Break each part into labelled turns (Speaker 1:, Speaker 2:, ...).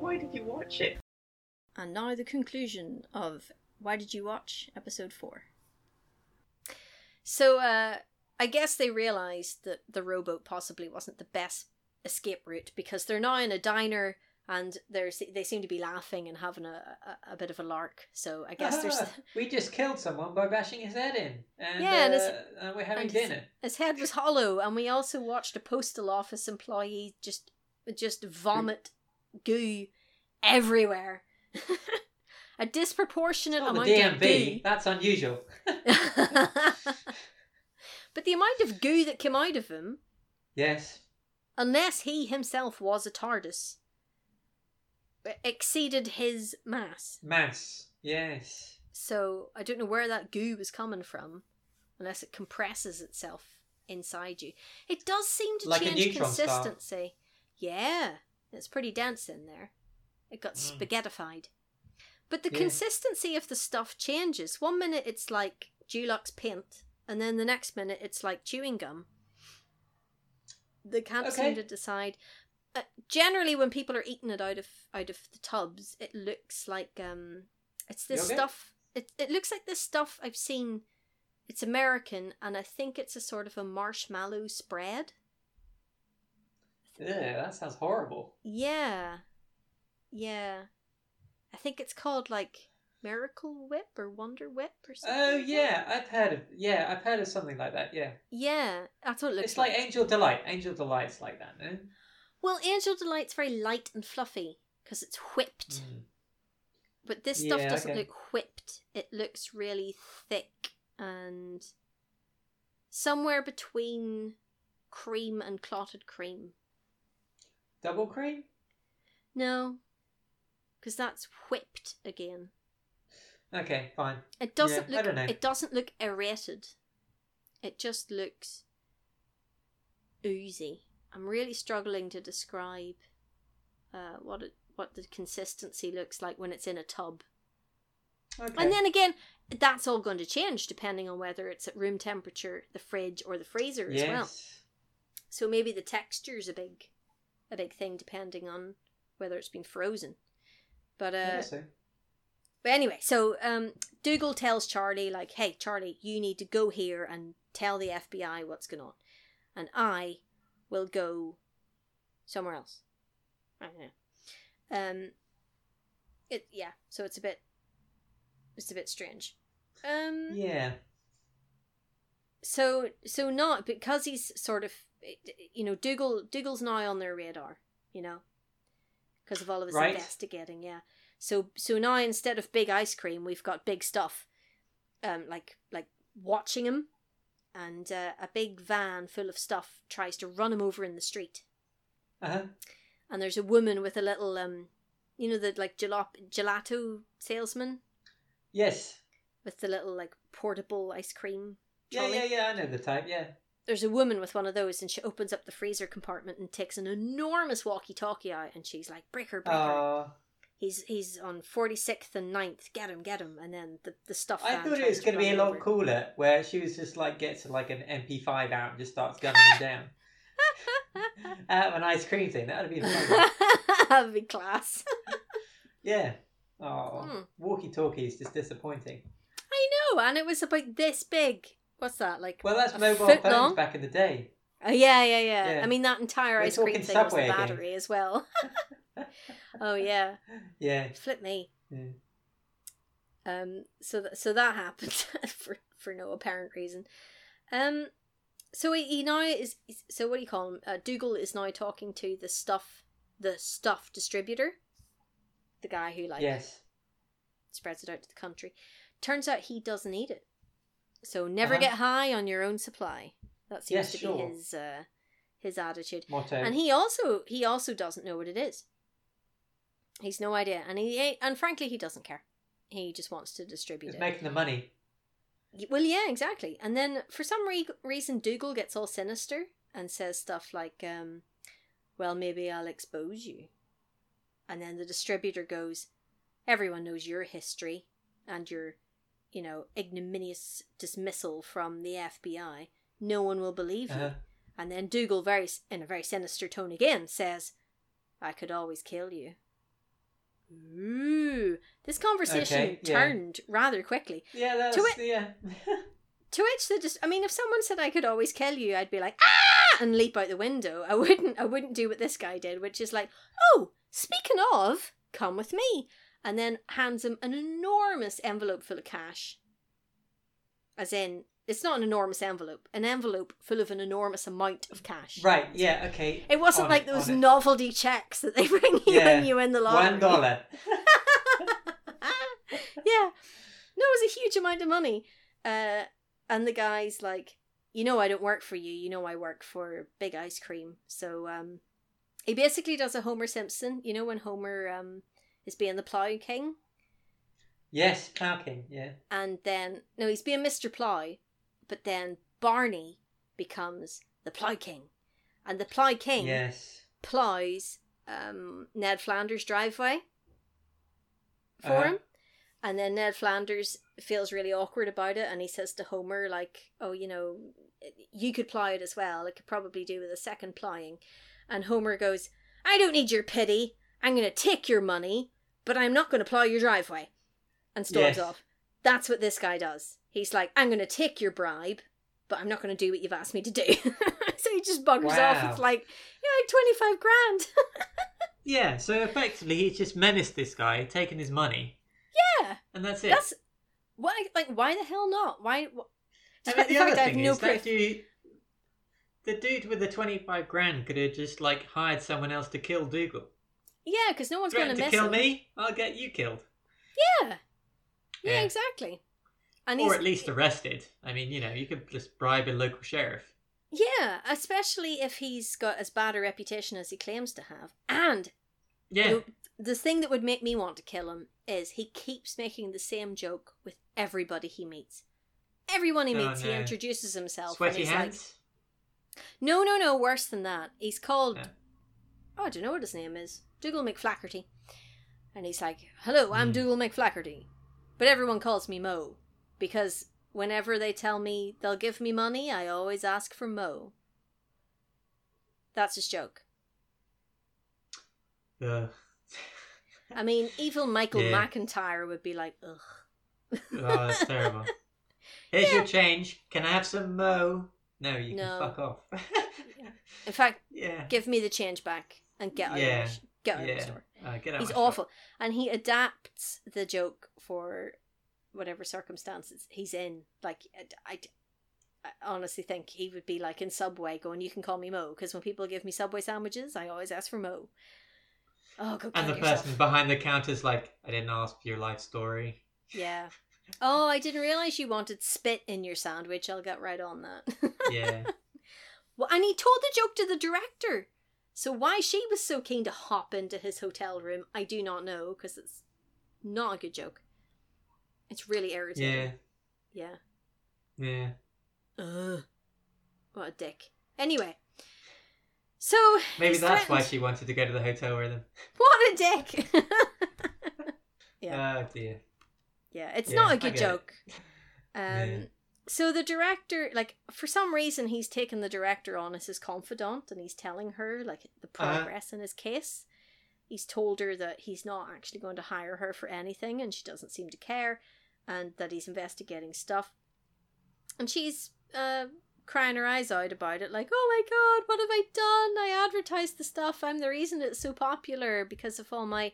Speaker 1: why did you watch it?
Speaker 2: And now the conclusion of Why Did You Watch episode 4.
Speaker 3: So uh, I guess they realized that the rowboat possibly wasn't the best escape route because they're now in a diner and there's they seem to be laughing and having a, a, a bit of a lark. So I guess there's
Speaker 4: Ah, we just killed someone by bashing his head in, and,
Speaker 3: Yeah, and
Speaker 4: uh,
Speaker 3: it's-
Speaker 4: and we're having
Speaker 3: and it's-
Speaker 4: dinner.
Speaker 3: his head was hollow, and we also watched a postal office employee just just vomit goo everywhere. a disproportionate
Speaker 4: On the
Speaker 3: amount of
Speaker 4: DMV,
Speaker 3: goo.
Speaker 4: that's unusual.
Speaker 3: but the amount of goo that came out of him,
Speaker 4: Yes,
Speaker 3: unless he himself was a TARDIS, exceeded his mass.
Speaker 4: mass. Yes,
Speaker 3: So I don't know where that goo was coming from, unless it compresses itself inside you. It does seem to
Speaker 4: Like a
Speaker 3: change
Speaker 4: neutron star.
Speaker 3: consistency. Yeah, it's pretty dense in there. It got
Speaker 4: Mm.
Speaker 3: spaghettified. But the
Speaker 4: Yeah.
Speaker 3: consistency of the stuff changes. One minute it's like Dulux paint, and then the next minute it's like chewing gum. They can't
Speaker 4: Okay.
Speaker 3: seem to decide. Uh, generally, when people are eating it out of out of the tubs, it looks like um, it's
Speaker 4: You
Speaker 3: this
Speaker 4: okay?
Speaker 3: stuff. It it looks like this stuff I've seen. It's American, and I think it's a sort of a marshmallow spread.
Speaker 4: yeah, that sounds horrible.
Speaker 3: Yeah, yeah. I think it's called like Miracle Whip or Wonder Whip or something.
Speaker 4: Oh
Speaker 3: like that.
Speaker 4: yeah, I've heard of yeah, I've heard of something like that. Yeah,
Speaker 3: yeah. That's what it looks
Speaker 4: it's like Angel Delight. Angel Delight's like that, no?
Speaker 3: Well, Angel Delight's very light and fluffy because it's whipped,
Speaker 4: Mm.
Speaker 3: but this stuff
Speaker 4: Yeah,
Speaker 3: doesn't
Speaker 4: okay.
Speaker 3: look whipped. It looks really thick and somewhere between cream and clotted cream.
Speaker 4: Double cream.
Speaker 3: No, because that's whipped again.
Speaker 4: Okay, fine.
Speaker 3: It doesn't
Speaker 4: Yeah, I
Speaker 3: look.
Speaker 4: don't know.
Speaker 3: It doesn't look aerated. It just looks oozy. I'm really struggling to describe uh, what it, what the consistency looks like when it's in a tub.
Speaker 4: Okay.
Speaker 3: And then again, that's all going to change depending on whether it's at room temperature, the fridge, or the freezer as well.
Speaker 4: yes.
Speaker 3: So maybe the texture's a big, a big thing depending on whether it's been frozen. But uh,
Speaker 4: I guess so.
Speaker 3: but anyway, so um, Dougal tells Charlie, like, hey, Charlie, you need to go here and tell the FBI what's going on. And I will go somewhere else. I don't know. Um, it, yeah, so it's a bit, it's a bit strange. Um,
Speaker 4: Yeah.
Speaker 3: so so not because he's sort of you know dougal dougal's now on their radar you know because of all of his
Speaker 4: Right.
Speaker 3: investigating yeah so so now instead of big ice cream we've got big stuff um like like watching him and uh, a big van full of stuff tries to run him over in the street
Speaker 4: Uh huh.
Speaker 3: and there's a woman with a little um you know the like gelop, gelato salesman
Speaker 4: Yes.
Speaker 3: with the little like portable ice cream
Speaker 4: Yeah,
Speaker 3: Trolley.
Speaker 4: yeah, yeah. I know the type. Yeah.
Speaker 3: there's a woman with one of those and she opens up the freezer compartment and takes an enormous walkie-talkie out and she's like breaker breaker
Speaker 4: Uh,
Speaker 3: he's he's on 46th and 9th get him get him and then the, the stuff
Speaker 4: I
Speaker 3: van
Speaker 4: thought it
Speaker 3: tries
Speaker 4: was going to be a
Speaker 3: run
Speaker 4: lot
Speaker 3: over.
Speaker 4: cooler, where she was just like gets like an MP5 out and just starts gunning him down out of an ice cream thing. That would have been fun.
Speaker 3: that'd be class
Speaker 4: yeah. Oh,
Speaker 3: Hmm.
Speaker 4: walkie-talkie is just disappointing.
Speaker 3: i know and it was about this big what's that like
Speaker 4: Well, that's
Speaker 3: A
Speaker 4: mobile
Speaker 3: foot
Speaker 4: phones
Speaker 3: long?
Speaker 4: back in the day.
Speaker 3: Oh yeah, yeah, yeah,
Speaker 4: Yeah.
Speaker 3: I mean that entire
Speaker 4: We're
Speaker 3: ice cream
Speaker 4: talking
Speaker 3: thing was the
Speaker 4: Subway again.
Speaker 3: battery as well. oh yeah,
Speaker 4: Yeah.
Speaker 3: flip me.
Speaker 4: yeah.
Speaker 3: Um, so th- so that happened for for no apparent reason. Um, so he, he now is is- so what do you call him? Uh, Dougal is now talking to the stuff the stuff distributor, the guy who like
Speaker 4: yes.
Speaker 3: spreads it out to the country. Turns out he doesn't eat it, so never
Speaker 4: Uh-huh.
Speaker 3: get high on your own supply. That seems
Speaker 4: Yeah,
Speaker 3: to
Speaker 4: sure.
Speaker 3: be his uh, his attitude.
Speaker 4: Motto.
Speaker 3: And he also he also doesn't know what it is. He's no idea, and he ain't, and frankly he doesn't care. He just wants to distribute
Speaker 4: He's
Speaker 3: it.
Speaker 4: making the money.
Speaker 3: Y- Well, yeah, exactly. And then for some re- reason, Dougal gets all sinister and says stuff like, um, Well, maybe I'll expose you. And then the distributor goes, Everyone knows your history and your, you know, ignominious dismissal from the FBI. No one will believe you.
Speaker 4: Uh-huh.
Speaker 3: And then Dougal, very, s- in a very sinister tone again, says, I could always kill you. Ooh. This conversation
Speaker 4: Okay, yeah.
Speaker 3: turned rather quickly.
Speaker 4: Yeah, that's
Speaker 3: To
Speaker 4: yeah.
Speaker 3: To which the just I mean, if someone said I could always kill you, I'd be like, ah and leap out the window. I wouldn't I wouldn't do what this guy did, which is like, oh, speaking of, come with me. And then hands him an enormous envelope full of cash. As in, it's not an enormous envelope, an envelope full of an enormous amount of cash.
Speaker 4: right. Yeah. Okay.
Speaker 3: It wasn't
Speaker 4: On
Speaker 3: like
Speaker 4: it,
Speaker 3: those
Speaker 4: on it.
Speaker 3: novelty checks that they bring you
Speaker 4: Yeah.
Speaker 3: when you win the lottery.
Speaker 4: One dollar.
Speaker 3: yeah. No, it was a huge amount of money. Uh, and the guy's like, you know, I don't work for you. You know, I work for Big Ice Cream. So um, he basically does a Homer Simpson. You know, when Homer um, is being the Plough King?
Speaker 4: Yes, Plow King. Yeah.
Speaker 3: And then, no, he's being Mr. Plough. But then Barney becomes the Plough King. And the Plough King
Speaker 4: Yes.
Speaker 3: plows um, Ned Flanders' driveway for
Speaker 4: Uh-huh.
Speaker 3: him. And then Ned Flanders feels really awkward about it and he says to Homer, like, oh, you know, you could plow it as well. It could probably do with a second plowing. And Homer goes, I don't need your pity. I'm going to take your money, but I'm not going to plow your driveway. And storms
Speaker 4: Yes.
Speaker 3: off. That's what this guy does. He's like, I'm going to take your bribe, but I'm not going to do what you've asked me to do. so he just buggers off.
Speaker 4: Wow.
Speaker 3: It's like, yeah, like 25 grand.
Speaker 4: Yeah. So effectively, he's just menaced this guy, taken his money,
Speaker 3: yeah.
Speaker 4: and that's it.
Speaker 3: That's why, like, why the hell not? Why? wh-
Speaker 4: I
Speaker 3: despite
Speaker 4: mean, the other
Speaker 3: I have
Speaker 4: thing is that dude, the dude with the twenty-five grand could have just like hired someone else to kill Dougal.
Speaker 3: Yeah, because no one's going
Speaker 4: Threaten to
Speaker 3: miss
Speaker 4: kill
Speaker 3: him.
Speaker 4: me, I'll get you killed,
Speaker 3: Yeah. yeah,
Speaker 4: Yeah.
Speaker 3: exactly. And
Speaker 4: or
Speaker 3: he's,
Speaker 4: at least arrested. I mean, you know, you could just bribe a local sheriff.
Speaker 3: yeah, especially if he's got as bad a reputation as he claims to have. And
Speaker 4: Yeah.
Speaker 3: the, the thing that would make me want to kill him is he keeps making the same joke with everybody he meets. Everyone he
Speaker 4: Oh,
Speaker 3: meets, he
Speaker 4: no.
Speaker 3: introduces himself. and
Speaker 4: Sweaty
Speaker 3: he's like,
Speaker 4: hands.
Speaker 3: No, no, no. Worse than that. He's called.
Speaker 4: Yeah.
Speaker 3: Oh, I don't know what his name is. Dougal McFlackerty. And he's like, "Hello, I'm
Speaker 4: Hmm.
Speaker 3: Dougal McFlackerty," but everyone calls me Mo because whenever they tell me they'll give me money, I always ask for Mo. That's his joke.
Speaker 4: Ugh.
Speaker 3: I mean, evil Michael
Speaker 4: Yeah.
Speaker 3: McIntyre would be like, "Ugh."
Speaker 4: Oh, that's terrible. Here's
Speaker 3: Yeah.
Speaker 4: your change. Can I have some mo? No, you
Speaker 3: No.
Speaker 4: can fuck off.
Speaker 3: In fact,
Speaker 4: yeah.
Speaker 3: give me the change back and get out
Speaker 4: Yeah.
Speaker 3: of the sh- get out of the
Speaker 4: Yeah.
Speaker 3: store.
Speaker 4: Uh, get out
Speaker 3: he's
Speaker 4: my shop.
Speaker 3: awful and he adapts the joke for whatever circumstances he's in like I, I- I honestly think he would be like in subway going you can call me mo because when people give me subway sandwiches i always ask for mo oh go
Speaker 4: And
Speaker 3: kill
Speaker 4: the
Speaker 3: yourself.
Speaker 4: person behind the counter's like, I didn't ask for your life story.
Speaker 3: yeah oh i didn't realize you wanted spit in your sandwich i'll get right on that
Speaker 4: Yeah.
Speaker 3: well and he told the joke to the director so why she was so keen to hop into his hotel room i do not know because it's not a good joke it's really irritating
Speaker 4: yeah.
Speaker 3: Yeah.
Speaker 4: Yeah.
Speaker 3: Ugh. What a dick. Anyway. So
Speaker 4: Maybe
Speaker 3: he's
Speaker 4: that's why
Speaker 3: threatened-
Speaker 4: she wanted to go to the hotel with him.
Speaker 3: What a dick.
Speaker 4: Oh dear.
Speaker 3: yeah, it's
Speaker 4: Yeah,
Speaker 3: not a
Speaker 4: I
Speaker 3: good
Speaker 4: get it.
Speaker 3: joke. Um
Speaker 4: Yeah.
Speaker 3: so the director like for some reason he's taken the director on as his confidant and he's telling her like the
Speaker 4: Uh-huh.
Speaker 3: progress in his case. He's told her that he's not actually going to hire her for anything and she doesn't seem to care and that he's investigating stuff. And she's uh, crying her eyes out about it, like, oh my god, what have I done? I advertised the stuff. I'm the reason it's so popular because of all my.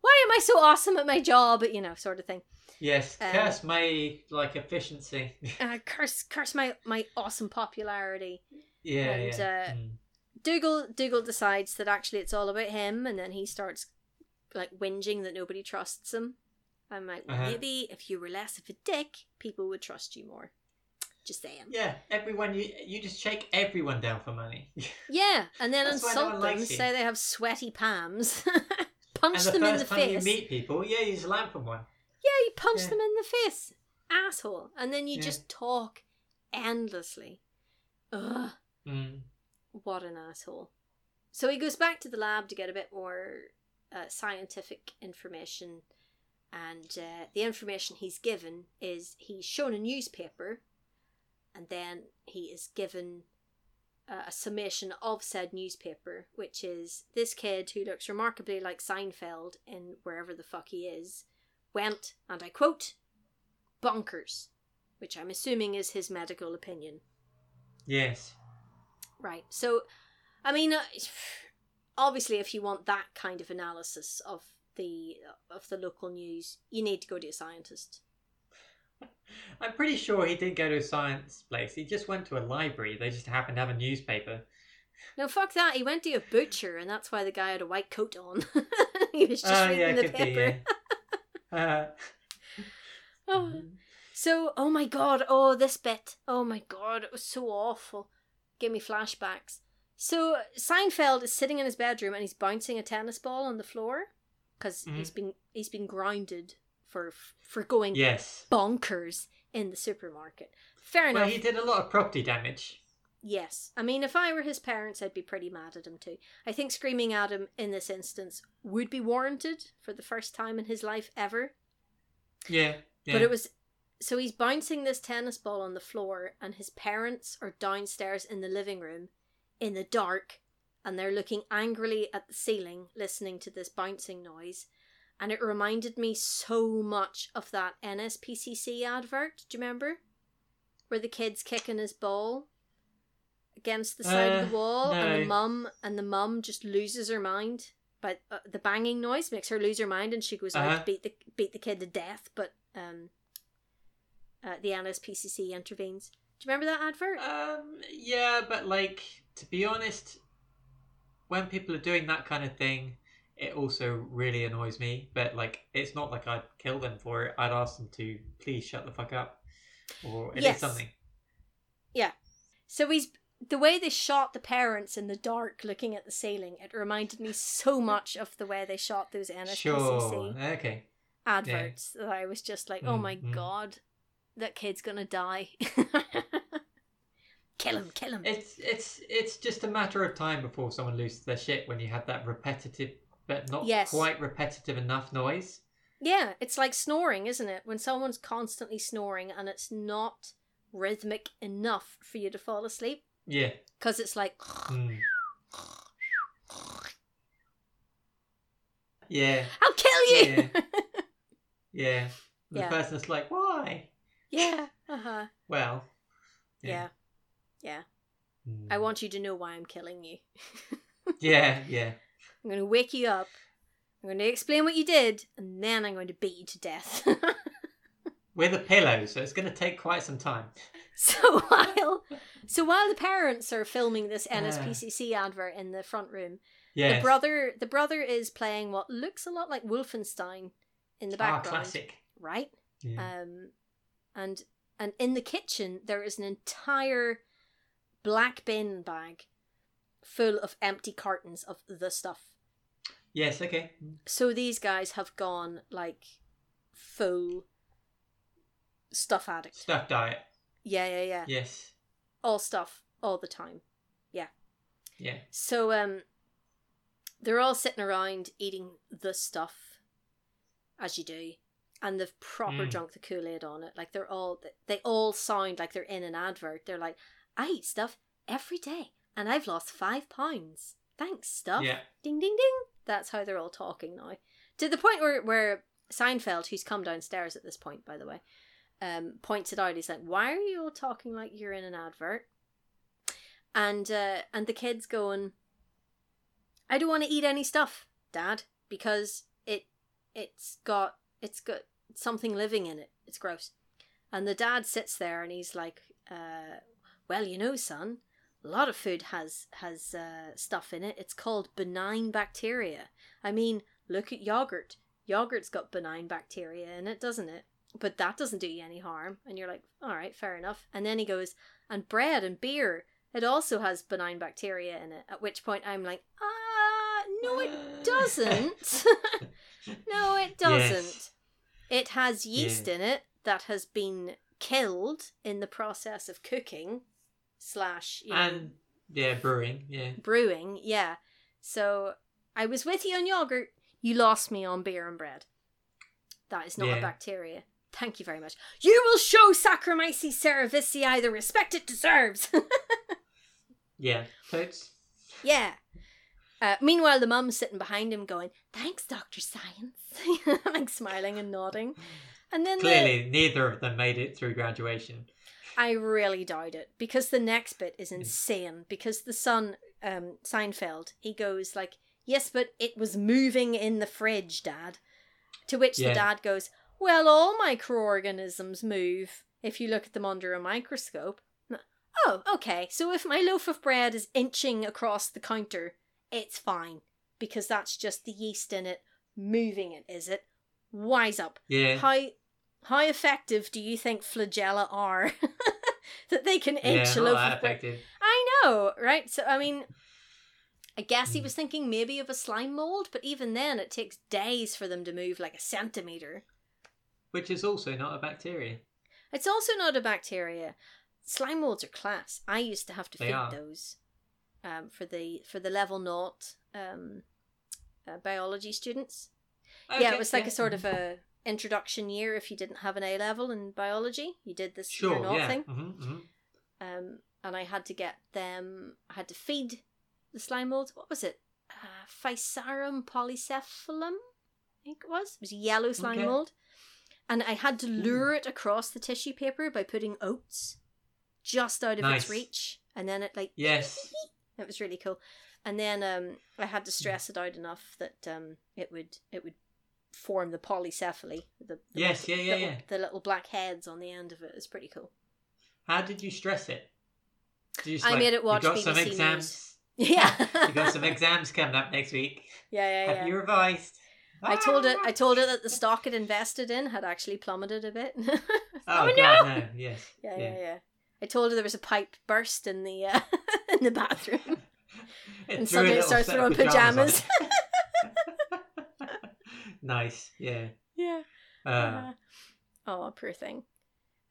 Speaker 3: Why am I so awesome at my job? You know, sort of thing.
Speaker 4: Yes.
Speaker 3: Um,
Speaker 4: curse my like efficiency.
Speaker 3: Uh, curse, curse my my awesome popularity.
Speaker 4: yeah.
Speaker 3: and,
Speaker 4: yeah.
Speaker 3: uh,
Speaker 4: Mm.
Speaker 3: Dougal Dougal decides that actually it's all about him, and then he starts like whinging that nobody trusts him. I'm like, well,
Speaker 4: Uh-huh.
Speaker 3: maybe if you were less of a dick, people would trust you more. Just saying.
Speaker 4: Yeah. Everyone, you you just shake everyone down for money.
Speaker 3: Yeah, and then
Speaker 4: That's why no one
Speaker 3: insult them,
Speaker 4: likes you.
Speaker 3: say they have sweaty palms,
Speaker 4: and
Speaker 3: punch
Speaker 4: the
Speaker 3: them in
Speaker 4: first
Speaker 3: the
Speaker 4: time
Speaker 3: face.
Speaker 4: you meet people, yeah, you slam from one.
Speaker 3: yeah, you punch
Speaker 4: Yeah.
Speaker 3: them in the face, asshole, and then you
Speaker 4: Yeah.
Speaker 3: just talk endlessly. Ugh,
Speaker 4: Mm.
Speaker 3: what an asshole! So he goes back to the lab to get a bit more uh, scientific information, and uh, the information he's given is he's shown a newspaper, and then he is given uh, a summation of said newspaper, which is this kid who looks remarkably like Seinfeld in wherever the fuck he is, went, and I quote, bonkers, which I'm assuming is his medical opinion.
Speaker 4: Yes.
Speaker 3: Right. So, I mean, uh, obviously, if you want that kind of analysis of the uh, of the local news, you need to go to a scientist.
Speaker 4: I'm pretty sure he didn't go to a science place. He just went to a library. They just happened to have a newspaper.
Speaker 3: No, fuck that. He went to a butcher, and that's why the guy had a white coat on. he was just
Speaker 4: Oh,
Speaker 3: reading
Speaker 4: yeah,
Speaker 3: the
Speaker 4: could
Speaker 3: paper.
Speaker 4: be, yeah.
Speaker 3: Oh. So, oh my god, oh, this bit. Oh my god, it was so awful. Give me flashbacks. So, Seinfeld is sitting in his bedroom and he's bouncing a tennis ball on the floor because
Speaker 4: Mhm.
Speaker 3: he's been he's been grounded for for
Speaker 4: Uh,
Speaker 3: going
Speaker 4: yes.
Speaker 3: bonkers in the supermarket. Fair enough.
Speaker 4: Well, he did a lot of property damage.
Speaker 3: Yes. I mean, if I were his parents, I'd be pretty mad at him too. I think screaming at him in this instance would be warranted for the first time in his life ever.
Speaker 4: Yeah. yeah.
Speaker 3: But it was so he's bouncing this tennis ball on the floor, and his parents are downstairs in the living room in the dark, and they're looking angrily at the ceiling, listening to this bouncing noise. And it reminded me so much of that NSPCC advert. Do you remember? Where the kid's kicking his ball against the side of the
Speaker 4: Uh,
Speaker 3: wall, and the
Speaker 4: no.
Speaker 3: mum and the mum just loses her mind. But uh, the banging noise makes her lose her mind, and she goes out
Speaker 4: Uh-huh.
Speaker 3: to beat the beat the kid to death. But um, uh, the NSPCC intervenes. Do you remember that advert?
Speaker 4: Um, yeah, but like to be honest, when people are doing that kind of thing, it also really annoys me. But like, it's not like I'd kill them for it. I'd ask them to please shut the fuck up, or at
Speaker 3: Yes.
Speaker 4: least something.
Speaker 3: So he's the way they shot the parents in the dark, looking at the ceiling. It reminded me so much of the way they shot those NSPCC
Speaker 4: Sure. Okay.
Speaker 3: adverts that I was just like, oh my
Speaker 4: Mm, mm.
Speaker 3: god, that kid's gonna die. kill him, kill him.
Speaker 4: It's it's it's just a matter of time before someone loses their shit when you have that repetitive, but not
Speaker 3: Yes.
Speaker 4: quite repetitive enough noise.
Speaker 3: Yeah, it's like snoring, isn't it? When someone's constantly snoring and it's not rhythmic enough for you to fall asleep
Speaker 4: Yeah.
Speaker 3: because it's like
Speaker 4: Mm. Yeah.
Speaker 3: I'll kill you.
Speaker 4: Yeah. And The
Speaker 3: Yeah.
Speaker 4: person's like, why?
Speaker 3: yeah. Uh-huh.
Speaker 4: Well.
Speaker 3: Yeah.
Speaker 4: Mm.
Speaker 3: I want you to know why I'm killing you.
Speaker 4: Yeah, yeah.
Speaker 3: I'm going to wake you up. I'm going to explain what you did, and then I'm going to beat you to death.
Speaker 4: With a pillow, so it's going to take quite some time.
Speaker 3: so while so while the parents are filming this
Speaker 4: Ah.
Speaker 3: NSPCC advert in the front room,
Speaker 4: Yes.
Speaker 3: the brother the brother is playing what looks a lot like Wolfenstein in the
Speaker 4: ah,
Speaker 3: background,
Speaker 4: classic.
Speaker 3: right?
Speaker 4: Yeah.
Speaker 3: Um, and and in the kitchen there is an entire black bin bag full of empty cartons of the stuff.
Speaker 4: yes. Okay.
Speaker 3: So these guys have gone like full stuff addict.
Speaker 4: Stuff diet.
Speaker 3: Yeah, yeah, yeah.
Speaker 4: Yes.
Speaker 3: All stuff all the time.
Speaker 4: Yeah.
Speaker 3: So um they're all sitting around eating the stuff as you do. And they've proper
Speaker 4: Mm.
Speaker 3: drunk the Kool-Aid on it. Like they're all they all sound like they're in an advert. They're like, I eat stuff every day and I've lost five pounds. Thanks, stuff.
Speaker 4: Yeah.
Speaker 3: Ding ding ding. That's how they're all talking now. To the point where where Seinfeld, who's come downstairs at this point, by the way, um, points it out. He's like, "Why are you all talking like you're in an advert?" And uh, and the kid's going, "I don't want to eat any stuff, Dad, because it it's got it's got something living in it. It's gross." And the dad sits there and he's like, uh, "Well, you know, son, a lot of food has has uh, stuff in it. It's called benign bacteria. I mean, look at yogurt. Yogurt's got benign bacteria in it, doesn't it? But that doesn't do you any harm. And you're like, all right, fair enough. And then he goes, and bread and beer, it also has benign bacteria in it. At which point I'm like, ah, no, it
Speaker 4: Uh,
Speaker 3: doesn't. no, it doesn't.
Speaker 4: Yes.
Speaker 3: It has yeast in it that has been killed in the process of cooking slash you know,
Speaker 4: And yeah, brewing. Yeah.
Speaker 3: brewing. Yeah. So I was with you on yogurt. You lost me on beer and bread. That is not a
Speaker 4: Yeah.
Speaker 3: bacteria. Thank you very much. You will show Saccharomyces cerevisiae the respect it deserves.
Speaker 4: Yeah. Totes.
Speaker 3: Yeah. Uh, meanwhile, the mum's sitting behind him going, Thanks, Dr. Science. like smiling and nodding. And then the-
Speaker 4: Clearly, neither of them made it through graduation.
Speaker 3: I really doubt it because the next bit is insane. Because the son, um, Seinfeld, he goes like, "Yes, but it was moving in the fridge, Dad." To which
Speaker 4: Yeah.
Speaker 3: the dad goes, "Well, all microorganisms move if you look at them under a microscope." N- Oh, okay. So if my loaf of bread is inching across the counter, it's fine because that's just the yeast in it moving it, is it? Wise up
Speaker 4: Yeah.
Speaker 3: how how effective do you think flagella are that they can
Speaker 4: yeah,
Speaker 3: inch a
Speaker 4: not
Speaker 3: loaf
Speaker 4: that
Speaker 3: of bread?
Speaker 4: effective.
Speaker 3: I know, right? So I mean, I guess he
Speaker 4: Hmm.
Speaker 3: was thinking maybe of a slime mold, but even then, it takes days for them to move like a centimeter.
Speaker 4: Which is also not a bacteria.
Speaker 3: It's also not a bacteria. Slime molds are class. I used to have to
Speaker 4: They
Speaker 3: feed
Speaker 4: are.
Speaker 3: those um, for the for the level naught um, uh, biology students. yeah,
Speaker 4: Okay,
Speaker 3: it was like
Speaker 4: yeah. mm-hmm.
Speaker 3: a sort of a introduction year if you didn't have an A level in biology. You did this year
Speaker 4: sure,
Speaker 3: naught
Speaker 4: yeah.
Speaker 3: thing.
Speaker 4: Mhm, mhm.
Speaker 3: Um, and I had to get them. I had to feed the slime molds. What was it? Uh, Physarum polycephalum, I think it was. It was a yellow slime
Speaker 4: Okay.
Speaker 3: mold, and I had to lure it across the tissue paper by putting oats just out of
Speaker 4: Nice.
Speaker 3: its reach, and then it like
Speaker 4: Yes.
Speaker 3: it was really cool. And then um, I had to
Speaker 4: Hmm.
Speaker 3: stress it out enough that um, it would it would form the polycephaly. The, the
Speaker 4: Yes, yeah, yeah,
Speaker 3: little,
Speaker 4: yeah.
Speaker 3: The little black heads on the end of it. It's pretty cool.
Speaker 4: How did you stress it? Did you just,
Speaker 3: I made it watch
Speaker 4: you got some
Speaker 3: BBC News.
Speaker 4: exams.
Speaker 3: Yeah.
Speaker 4: you got some exams coming up next week.
Speaker 3: yeah, yeah, yeah.
Speaker 4: Have you revised?
Speaker 3: I told it. I told it that the stock it invested in had actually plummeted a bit. oh,
Speaker 4: Oh,
Speaker 3: no!
Speaker 4: God, no. Yes.
Speaker 3: Yeah, yeah, yeah. I told her there was a pipe burst in the uh, in the bathroom.
Speaker 4: It
Speaker 3: And
Speaker 4: threw a
Speaker 3: suddenly it
Speaker 4: little
Speaker 3: starts
Speaker 4: set of
Speaker 3: throwing
Speaker 4: pyjamas on it. nice. Yeah.
Speaker 3: yeah.
Speaker 4: Uh,
Speaker 3: Uh, oh, poor thing.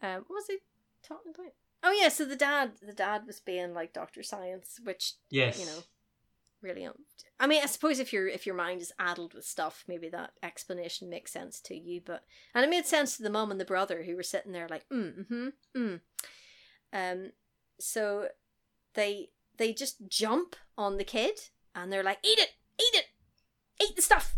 Speaker 3: Um, what was he talking about? Oh yeah, so the dad, the dad was being like Doctor Science, which
Speaker 4: yes.
Speaker 3: you know, really. Um, I mean, I suppose if your if your mind is addled with stuff, maybe that explanation makes sense to you. But and it made sense to the mum and the brother who were sitting there like, mm, mm, mm. Um, so they they just jump on the kid and they're like, eat it, eat it, eat the stuff.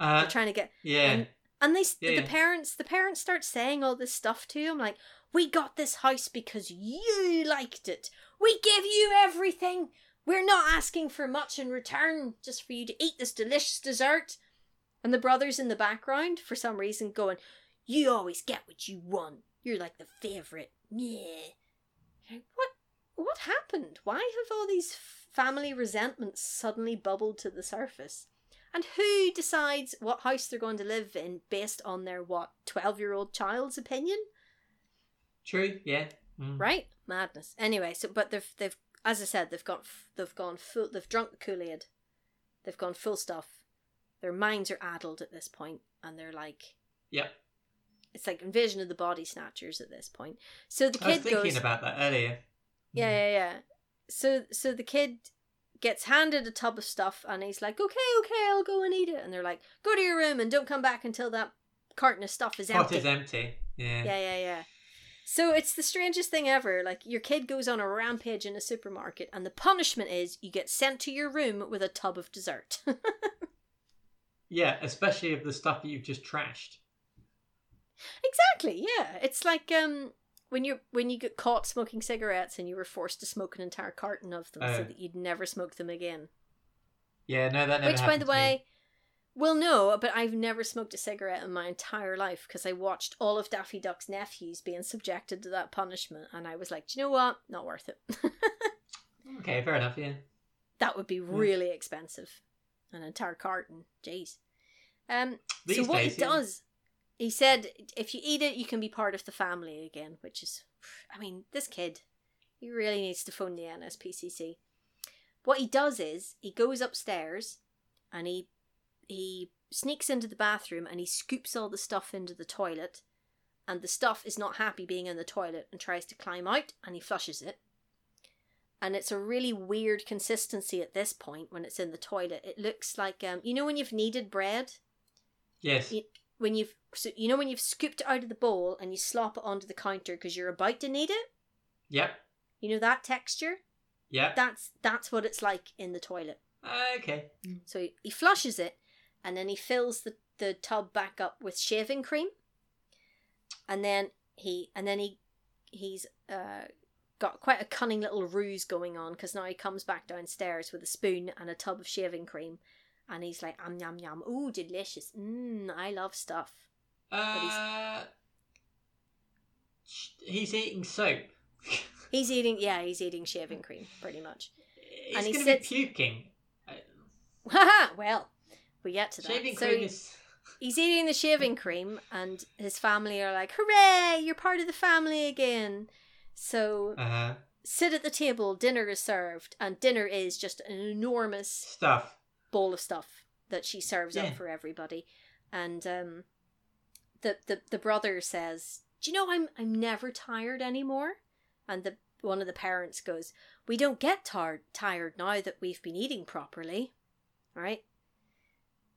Speaker 4: Uh,
Speaker 3: they're trying to get
Speaker 4: yeah.
Speaker 3: and- and they
Speaker 4: Yeah,
Speaker 3: the
Speaker 4: yeah.
Speaker 3: parents the parents start saying all this stuff to him like we got this house because you liked it. We give you everything. We're not asking for much in return just for you to eat this delicious dessert. And the brothers in the background for some reason going, "You always get what you want. You're like the favorite." Yeah. Like, What what happened? Why have all these family resentments suddenly bubbled to the surface? And who decides what house they're going to live in based on their what twelve year old child's opinion?
Speaker 4: True. Yeah. Mm.
Speaker 3: Right? Madness. Anyway, so but they've they've as I said they've got they've gone full they've drunk the Kool Aid, they've gone full stuff. Their minds are addled at this point, and they're like
Speaker 4: Yep.
Speaker 3: it's like invasion of the body snatchers at this point. So the
Speaker 4: I was
Speaker 3: kid
Speaker 4: thinking
Speaker 3: goes,
Speaker 4: about that earlier.
Speaker 3: yeah,
Speaker 4: Mm.
Speaker 3: yeah, yeah. So so the kid gets handed a tub of stuff and he's like, "Okay, okay, I'll go and eat it." And they're like, "Go to your room and don't come back until that carton of stuff is
Speaker 4: Pot
Speaker 3: empty."
Speaker 4: is empty. Yeah.
Speaker 3: yeah, yeah, yeah. So it's the strangest thing ever. Like your kid goes on a rampage in a supermarket and the punishment is you get sent to your room with a tub of dessert.
Speaker 4: Yeah, especially of the stuff that you've just trashed.
Speaker 3: exactly. Yeah. It's like um when you when you get caught smoking cigarettes and you were forced to smoke an entire carton of them so
Speaker 4: Oh.
Speaker 3: that you'd never smoke them again.
Speaker 4: Yeah, no, that never
Speaker 3: Which, by
Speaker 4: happened
Speaker 3: the
Speaker 4: to me.
Speaker 3: way, well, no, but I've never smoked a cigarette in my entire life because I watched all of Daffy Duck's nephews being subjected to that punishment, and I was like, do you know what? Not worth it.
Speaker 4: Okay, fair enough. Yeah.
Speaker 3: that would
Speaker 4: Hmm.
Speaker 3: be really expensive. An entire carton. Jeez. Um,
Speaker 4: These
Speaker 3: so what
Speaker 4: days,
Speaker 3: he
Speaker 4: yeah.
Speaker 3: does, he said, if you eat it, you can be part of the family again, which is, I mean, this kid, he really needs to phone the NSPCC. What he does is he goes upstairs, and he he sneaks into the bathroom and he scoops all the stuff into the toilet, and the stuff is not happy being in the toilet and tries to climb out, and he flushes it. And it's a really weird consistency at this point when it's in the toilet. It looks like um, you know when you've kneaded bread
Speaker 4: Yes.
Speaker 3: you- when you've so you know when you've scooped it out of the bowl and you slop it onto the counter because you're about to need it
Speaker 4: Yep.
Speaker 3: you know that texture
Speaker 4: Yeah.
Speaker 3: That's that's what it's like in the toilet.
Speaker 4: Uh, okay.
Speaker 3: So he- he flushes it and then he fills the, the tub back up with shaving cream. And then he and then he he's uh, got quite a cunning little ruse going on because now he comes back downstairs with a spoon and a tub of shaving cream and he's like um yum yum ooh delicious mmm I love stuff. he's-
Speaker 4: Uh, sh- he's eating soap.
Speaker 3: He's eating yeah, he's eating shaving cream pretty much.
Speaker 4: he's
Speaker 3: And he
Speaker 4: gonna
Speaker 3: sits-
Speaker 4: be puking. Uh,
Speaker 3: Haha, well, we get to that.
Speaker 4: Shaving
Speaker 3: So
Speaker 4: cream
Speaker 3: he-
Speaker 4: is.
Speaker 3: He's eating the shaving cream, and his family are like, Hooray, you're part of the family again. So
Speaker 4: Uh,
Speaker 3: sit at the table, dinner is served, and dinner is just an enormous
Speaker 4: stuff.
Speaker 3: bowl of stuff that she serves
Speaker 4: Yeah.
Speaker 3: up for everybody. And um, the, the, the brother says, Do you know, I'm, I'm never tired anymore? And the one of the parents goes, We don't get tar- tired now that we've been eating properly. Right?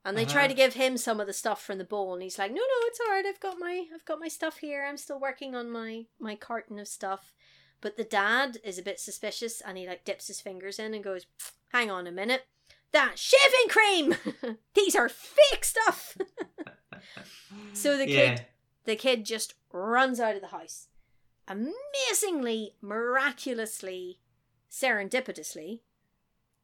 Speaker 3: And they try
Speaker 4: Uh-huh.
Speaker 3: to give him some of the stuff from the bowl, and he's like, "No, no, it's all right. I've got my, I've got my stuff here. I'm still working on my my carton of stuff." But the dad is a bit suspicious, and he like dips his fingers in and goes, "Hang on a minute, that shaving cream. These are fake stuff." So the
Speaker 4: yeah.
Speaker 3: kid- The kid just runs out of the house. Amazingly, miraculously, serendipitously,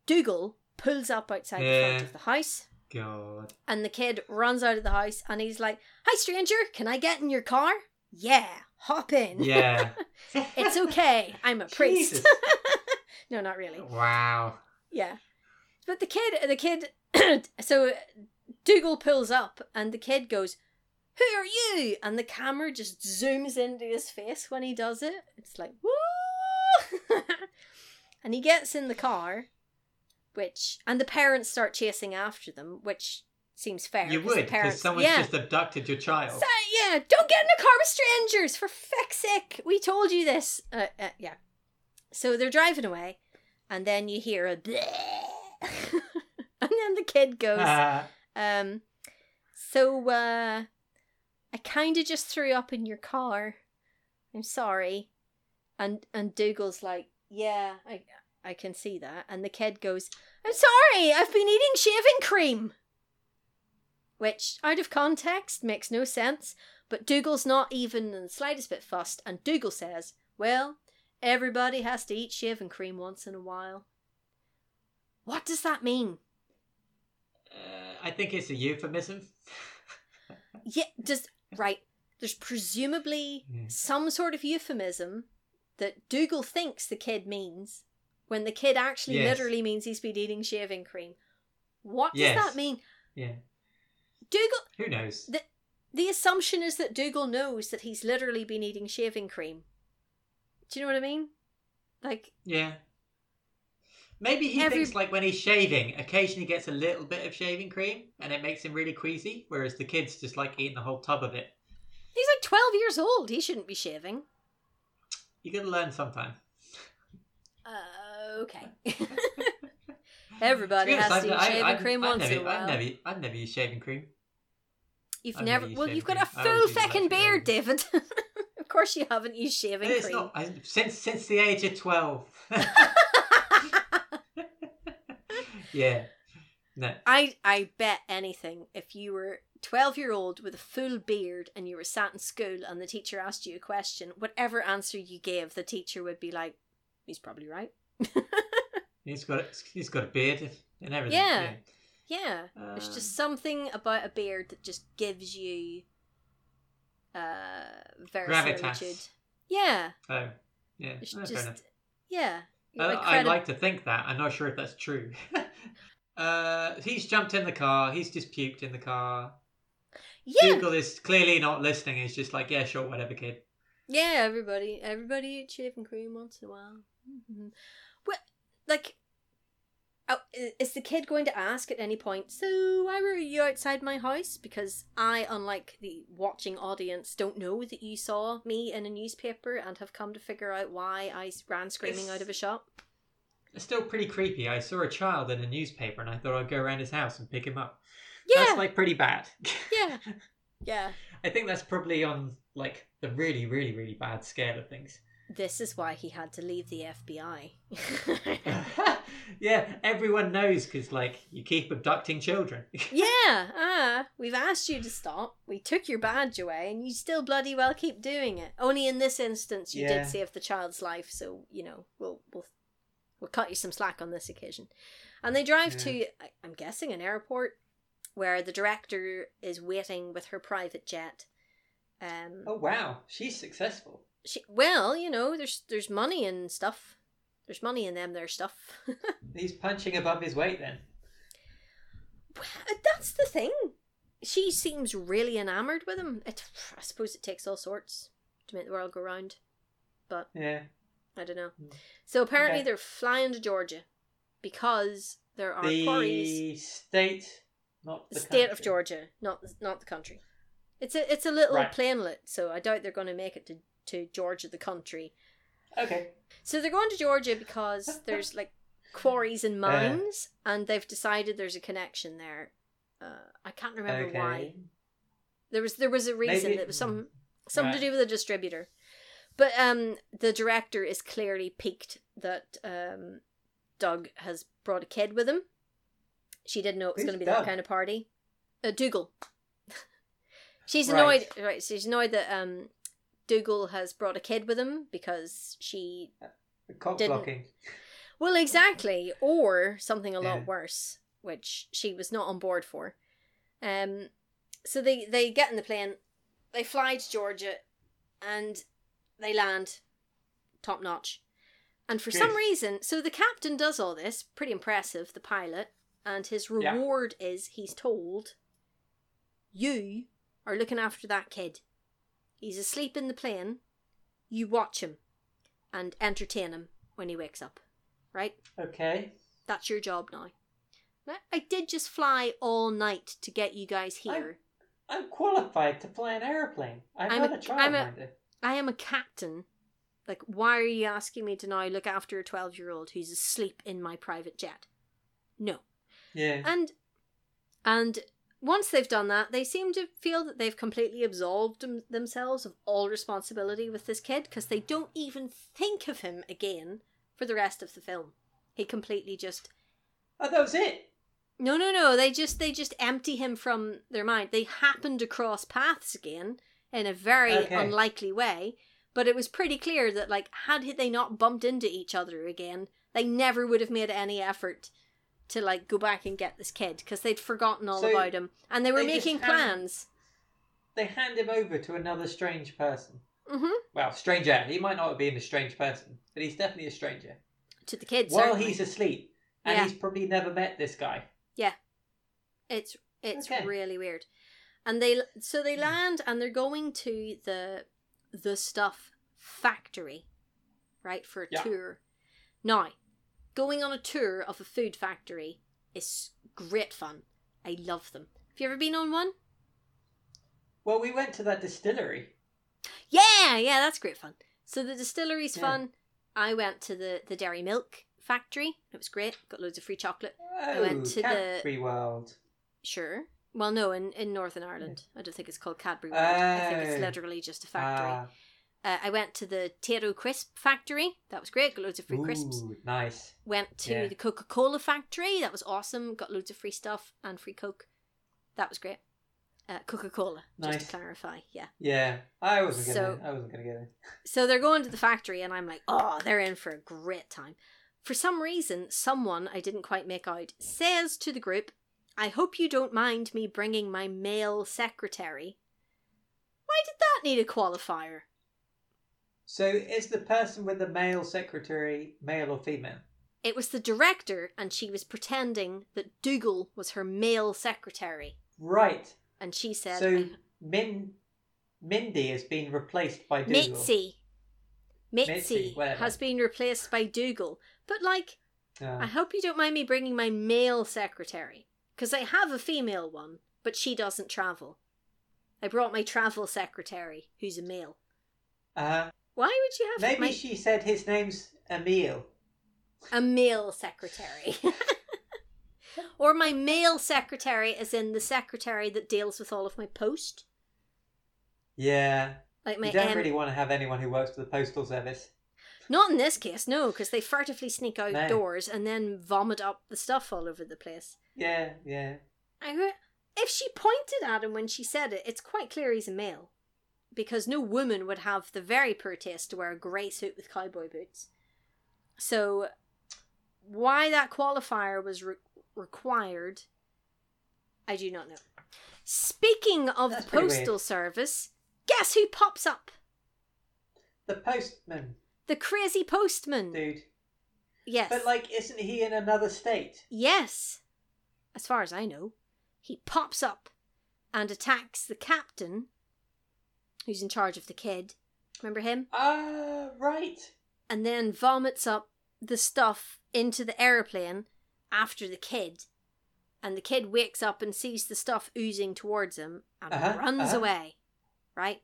Speaker 3: Dougal pulls up outside the
Speaker 4: Yeah.
Speaker 3: front of the house.
Speaker 4: God.
Speaker 3: And the kid runs out of the house and he's like, Hi, stranger, can I get in your car? Yeah, hop in.
Speaker 4: Yeah.
Speaker 3: It's okay. I'm a priest.
Speaker 4: Jesus.
Speaker 3: no, not really.
Speaker 4: wow.
Speaker 3: Yeah. But the kid, the kid, so Dougal pulls up and the kid goes, Who are you? And the camera just zooms into his face when he does it. It's like, Woo! and he gets in the car, which, and the parents start chasing after them, which seems fair.
Speaker 4: You
Speaker 3: 'cause the
Speaker 4: would, because
Speaker 3: parents,
Speaker 4: someone's
Speaker 3: yeah.
Speaker 4: just abducted your child.
Speaker 3: So, yeah, don't get in a car with strangers, for feck's sake. We told you this. Uh, uh, yeah. So they're driving away, and then you hear a bleh. and then the kid goes,
Speaker 4: Ah,
Speaker 3: um, So, uh, I kind of just threw up in your car. I'm sorry. And, and Dougal's like, Yeah, I, I can see that. And the kid goes, I'm sorry, I've been eating shaving cream which out of context makes no sense, but Dougal's not even in the slightest bit fussed, and Dougal says, Well, everybody has to eat shaving cream once in a while. What does that mean?
Speaker 4: uh, I think it's a euphemism.
Speaker 3: Yeah, does right. There's presumably
Speaker 4: Yeah.
Speaker 3: some sort of euphemism that Dougal thinks the kid means when the kid actually
Speaker 4: Yes.
Speaker 3: literally means he's been eating shaving cream. What does
Speaker 4: Yes.
Speaker 3: that mean?
Speaker 4: Yeah.
Speaker 3: Dougal
Speaker 4: Who knows?
Speaker 3: The assumption is that Dougal knows that he's literally been eating shaving cream. Do you know what I mean? Like,
Speaker 4: Yeah. Maybe he
Speaker 3: Every-
Speaker 4: thinks like when he's shaving, occasionally gets a little bit of shaving cream and it makes him really queasy, whereas the kid's just like eating the whole tub of it.
Speaker 3: he's like 12 years old. He shouldn't be shaving.
Speaker 4: You gotta learn sometime.
Speaker 3: Uh, okay. Everybody
Speaker 4: be honest,
Speaker 3: has
Speaker 4: I've-
Speaker 3: to eat
Speaker 4: I-
Speaker 3: shaving
Speaker 4: I've-
Speaker 3: cream
Speaker 4: I've
Speaker 3: once
Speaker 4: never,
Speaker 3: in a while.
Speaker 4: I've never, I've never used shaving cream.
Speaker 3: you've
Speaker 4: I've never
Speaker 3: never.
Speaker 4: used
Speaker 3: Well,
Speaker 4: shaving
Speaker 3: you've got a
Speaker 4: cream. I always
Speaker 3: full
Speaker 4: use electric
Speaker 3: feckin' beard,
Speaker 4: razors.
Speaker 3: David. of course you haven't used shaving
Speaker 4: It's
Speaker 3: cream.
Speaker 4: not I, since since the age of twelve. yeah, no,
Speaker 3: I I bet anything if you were 12 year old with a full beard and you were sat in school and the teacher asked you a question, whatever answer you gave, the teacher would be like, he's probably right.
Speaker 4: he's got a- he's got a beard and everything.
Speaker 3: Yeah. Yeah.
Speaker 4: yeah.
Speaker 3: There's
Speaker 4: Um,
Speaker 3: just something about a beard that just gives you uh verisimilitude.
Speaker 4: Gravitas.
Speaker 3: Yeah.
Speaker 4: Oh, yeah.
Speaker 3: It's
Speaker 4: no, fair
Speaker 3: just
Speaker 4: enough. Uh,
Speaker 3: yeah.
Speaker 4: I,
Speaker 3: Like
Speaker 4: I
Speaker 3: credi-
Speaker 4: like to think that. I'm not sure if that's true. uh, he's jumped in the car. He's just puked in the car.
Speaker 3: Yeah.
Speaker 4: Dougal is clearly not listening. He's just like, yeah, sure, whatever, kid.
Speaker 3: Yeah, everybody, everybody eat shaving cream once in a while. Mhm. Well, like, oh, i- is the kid going to ask at any point? So, why were you outside my house? Because I, unlike the watching audience, don't know that you saw me in a newspaper and have come to figure out why I s- ran screaming
Speaker 4: It's-
Speaker 3: out of a shop.
Speaker 4: It's still pretty creepy. I saw a child in a newspaper, and I thought I'd go around his house and pick him up.
Speaker 3: Yeah,
Speaker 4: That's like pretty bad.
Speaker 3: yeah, yeah.
Speaker 4: I think that's probably on like the really, really, really bad scale of things.
Speaker 3: This is why he had to leave the FBI.
Speaker 4: yeah, everyone knows because like you keep abducting children.
Speaker 3: yeah, ah, we've asked you to stop. We took your badge away, and you still bloody well keep doing it. Only in this instance, you
Speaker 4: Yeah.
Speaker 3: did save the child's life, so you know we'll we'll we'll cut you some slack on this occasion. And they drive
Speaker 4: Yeah.
Speaker 3: to, I- I'm guessing, an airport where the director is waiting with her private jet. Um,
Speaker 4: oh wow, she's successful.
Speaker 3: she, well, you know, there's there's money and stuff. There's money in them, their stuff.
Speaker 4: He's punching above his weight then.
Speaker 3: Well, uh, That's the thing. She seems really enamored with him. It, I suppose it takes all sorts to make the world go round.
Speaker 4: Yeah.
Speaker 3: I don't know.
Speaker 4: Mm.
Speaker 3: So apparently
Speaker 4: Okay.
Speaker 3: they're flying to Georgia because there are
Speaker 4: the
Speaker 3: quarries.
Speaker 4: state, not
Speaker 3: The
Speaker 4: the
Speaker 3: state of
Speaker 4: country.
Speaker 3: Georgia, not not the country. It's a it's a little
Speaker 4: Right.
Speaker 3: plainlet, so I doubt they're going to make it to to Georgia, the country.
Speaker 4: Okay.
Speaker 3: So they're going to Georgia because there's like quarries and
Speaker 4: Uh.
Speaker 3: mines, and they've decided there's a connection there. Uh, I can't remember
Speaker 4: okay.
Speaker 3: why. There was there was a reason
Speaker 4: Maybe- Mm.
Speaker 3: that was some something to
Speaker 4: Right.
Speaker 3: do with a distributor. But um, the director is clearly piqued that um, Doug has brought a kid with him. She didn't know it was
Speaker 4: Who's
Speaker 3: going to be that
Speaker 4: Doug?
Speaker 3: kind of party. Uh, Dougal. she's annoyed.
Speaker 4: Right.
Speaker 3: Right. She's annoyed that um, Dougal has brought a kid with him because she.
Speaker 4: The Cock
Speaker 3: Didn't-
Speaker 4: blocking.
Speaker 3: Well, exactly, or something a lot
Speaker 4: Yeah.
Speaker 3: worse, which she was not on board for. Um, so they they get in the plane, they fly to Georgia, and they land, top notch. And for some
Speaker 4: Good.
Speaker 3: reason, so the captain does all this, pretty impressive, the pilot, and his
Speaker 4: Yeah.
Speaker 3: reward is he's told, you are looking after that kid. He's asleep in the plane. You watch him, and entertain him when he wakes up, right?
Speaker 4: Okay.
Speaker 3: That's your job now. I- I did just fly all night to get you guys here.
Speaker 4: I'm qualified to fly an airplane. I'm, not
Speaker 3: I'm a-
Speaker 4: a,
Speaker 3: I'm a-
Speaker 4: childminder.
Speaker 3: I am a captain. Like, why are you asking me to now look after a 12 year old who's asleep in my private jet? No.
Speaker 4: Yeah.
Speaker 3: And, and once they've done that, they seem to feel that they've completely absolved them- themselves of all responsibility with this kid because they don't even think of him again for the rest of the film. He completely just
Speaker 4: Oh, that was it.
Speaker 3: No, no, no. They just they just empty him from their mind. They happen to cross paths again in a very
Speaker 4: Okay.
Speaker 3: unlikely way, but it was pretty clear that like had they not bumped into each other again, they never would have made any effort to like go back and get this kid because they'd forgotten all
Speaker 4: So
Speaker 3: about him and they were
Speaker 4: they just
Speaker 3: making
Speaker 4: haven't-
Speaker 3: plans.
Speaker 4: They hand him over to another strange person.
Speaker 3: hmm
Speaker 4: Well, stranger. He might not have been a strange person, but he's definitely a stranger.
Speaker 3: To the kids.
Speaker 4: While
Speaker 3: certainly.
Speaker 4: he's asleep, and
Speaker 3: Yeah.
Speaker 4: he's probably never met this guy.
Speaker 3: It's it's
Speaker 4: Okay. Hmm.
Speaker 3: really weird. And they so they land and they're going to the the stuff factory, right, for a
Speaker 4: Yeah.
Speaker 3: tour. Now, going on a tour of a food factory is great fun. I love them. Have you ever been on one?
Speaker 4: Well, we went to that distillery.
Speaker 3: Yeah, yeah, that's great fun. So the distillery's
Speaker 4: Yeah.
Speaker 3: fun. I went to the the dairy milk factory. It was great. Got loads of free chocolate.
Speaker 4: Oh,
Speaker 3: went to the-
Speaker 4: Cadbury World.
Speaker 3: Sure. Well, no, in, in Northern Ireland. I don't think it's called Cadbury World. I think it's
Speaker 4: Hmm. Oh.
Speaker 3: literally just a factory.
Speaker 4: Ah,
Speaker 3: Uh, I went to the Tato Crisp factory. That was great. Got loads of free crisps.
Speaker 4: ooh, nice.
Speaker 3: Went to
Speaker 4: yeah.
Speaker 3: the Coca Cola factory. That was awesome. Got loads of free stuff and free Coke. That was great. Uh, Coca Cola, just
Speaker 4: Nice.
Speaker 3: to clarify. Yeah.
Speaker 4: Yeah, I wasn't gonna.
Speaker 3: So-
Speaker 4: I wasn't gonna get it.
Speaker 3: So they're going to the factory, and I'm like, oh, they're in for a great time. For some reason, someone I didn't quite make out says to the group, I hope you don't mind me bringing my male secretary. Why did that need a qualifier?
Speaker 4: So, is the person with the male secretary male or female?
Speaker 3: It was the director, and she was pretending that Dougal was her male secretary.
Speaker 4: Right.
Speaker 3: And she said,
Speaker 4: so,
Speaker 3: "I-
Speaker 4: Min, Mindy has been replaced by Dougal.
Speaker 3: Mitzi. Mitzi,
Speaker 4: Mitzi, whatever.
Speaker 3: has been replaced by Dougal. But, like, I
Speaker 4: Ah,
Speaker 3: hope you don't mind me bringing my male secretary. Because I have a female one, but she doesn't travel. I brought my travel secretary, who's a male.
Speaker 4: uh-huh.
Speaker 3: Why would you have
Speaker 4: Maybe
Speaker 3: my,
Speaker 4: she said his name's Emil.
Speaker 3: a male secretary? or my male secretary, as in the secretary that deals with all of my post?
Speaker 4: Yeah.
Speaker 3: Like my
Speaker 4: You don't
Speaker 3: M-
Speaker 4: really want to have anyone who works for the postal service.
Speaker 3: Not in this case, no, because they furtively sneak
Speaker 4: No.
Speaker 3: outdoors and then vomit up the stuff all over the place.
Speaker 4: Yeah, yeah.
Speaker 3: I re- if she pointed at him when she said it, it's quite clear he's a male, because no woman would have the very poor taste to wear a grey suit with cowboy boots. So, why that qualifier was re- required, I do not know. Speaking of
Speaker 4: That's
Speaker 3: the
Speaker 4: pretty
Speaker 3: postal
Speaker 4: weird.
Speaker 3: service, guess who pops up?
Speaker 4: The postman
Speaker 3: The crazy postman.
Speaker 4: dude.
Speaker 3: Mm, Yes.
Speaker 4: But like, isn't he in another state?
Speaker 3: Yes. As far as I know, he pops up and attacks the captain who's in charge of the kid. Remember him?
Speaker 4: Ah, right.
Speaker 3: And then vomits up the stuff into the aeroplane after the kid. And the kid wakes up and sees the stuff oozing towards him and
Speaker 4: Uh-huh,
Speaker 3: runs
Speaker 4: uh-huh. Uh,
Speaker 3: away. Right?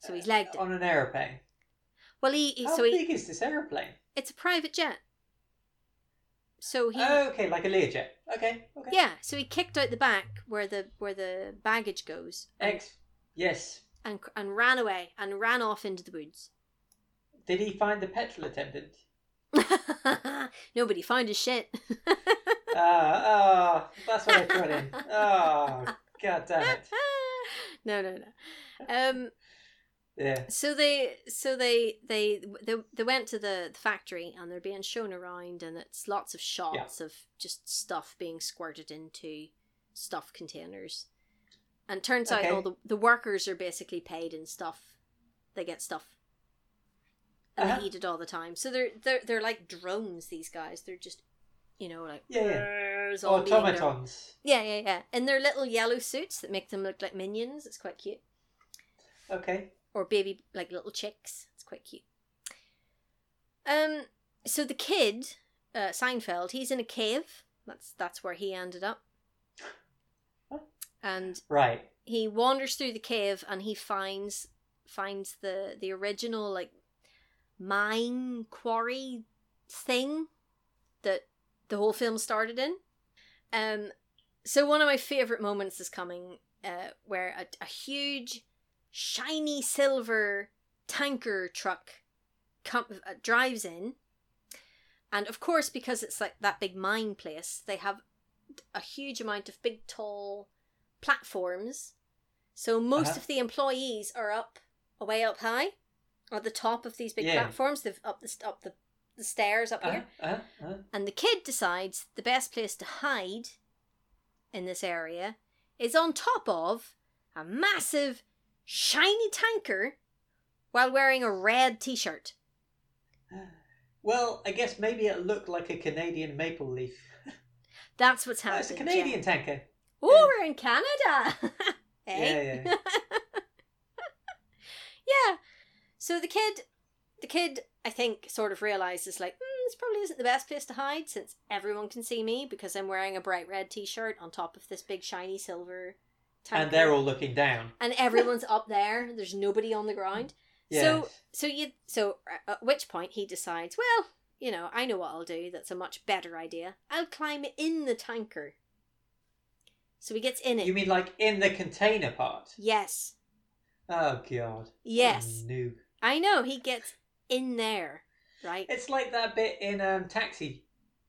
Speaker 3: So he's legged it.
Speaker 4: on an aeroplane.
Speaker 3: Well, he, he
Speaker 4: How
Speaker 3: so he,
Speaker 4: big is this aeroplane?
Speaker 3: it's a private jet. So he
Speaker 4: Oh, okay, like a Learjet. Okay, okay.
Speaker 3: Yeah, so he kicked out the back where the where the baggage goes and,
Speaker 4: X. Yes.
Speaker 3: and and ran away and ran off into the woods.
Speaker 4: Did he find the petrol attendant?
Speaker 3: Nobody found his shit.
Speaker 4: Ah, ah, that's what I put in. Oh, god damn it.
Speaker 3: no, no, no. Um
Speaker 4: Yeah.
Speaker 3: so they so they they they, they went to the, the factory and they're being shown around and it's lots of shots of just stuff being squirted into stuff containers and turns
Speaker 4: Okay.
Speaker 3: out all the, the workers are basically paid in stuff they get stuff and
Speaker 4: Uh-huh.
Speaker 3: they eat it all the time so they're they're, they're like drones these guys they're just you know like
Speaker 4: Yeah, yeah.
Speaker 3: "Rrrrs," all being their-
Speaker 4: Automatons.
Speaker 3: yeah yeah yeah and their little yellow suits that make them look like minions it's quite cute
Speaker 4: Okay.
Speaker 3: or baby like little chicks. It's quite cute. Um, so the kid, uh, Seinfeld, he's in a cave. That's that's where he ended up. And
Speaker 4: Right.
Speaker 3: he wanders through the cave and he finds finds the the original like mine quarry thing that the whole film started in. Um, so one of my favorite moments is coming uh, where a, a huge, shiny silver tanker truck com- uh, drives in, and of course because it's like that big mine place, they have a huge amount of big tall platforms. So most
Speaker 4: Uh-huh.
Speaker 3: of the employees are up, away up high, at the top of these big
Speaker 4: Yeah.
Speaker 3: platforms. They've up the st- up the, the stairs up
Speaker 4: Uh,
Speaker 3: here.
Speaker 4: uh, uh.
Speaker 3: And the kid decides the best place to hide in this area is on top of a massive, shiny tanker while wearing a red t shirt.
Speaker 4: uh-huh. Well, I guess maybe it looked like a Canadian maple leaf.
Speaker 3: That's what's
Speaker 4: Oh,
Speaker 3: happening.
Speaker 4: it's a Canadian tanker.
Speaker 3: Ooh, we're in Canada! eh?
Speaker 4: Yeah, yeah.
Speaker 3: Yeah. So the kid, the kid, I think, sort of realizes like mm, this probably isn't the best place to hide since everyone can see me because I'm wearing a bright red T-shirt on top of this big shiny silver. Tanker.
Speaker 4: And they're all looking down.
Speaker 3: and everyone's up there. There's nobody on the ground. So
Speaker 4: Yes.
Speaker 3: so you so uh, at which point he decides, well, you know, I know what I'll do. That's a much better idea. I'll climb in the tanker. So he gets in it.
Speaker 4: You mean like in the container part?
Speaker 3: yes.
Speaker 4: Oh god.
Speaker 3: Yes.
Speaker 4: No.
Speaker 3: I know he gets in there, right?
Speaker 4: It's like that bit in um, Taxi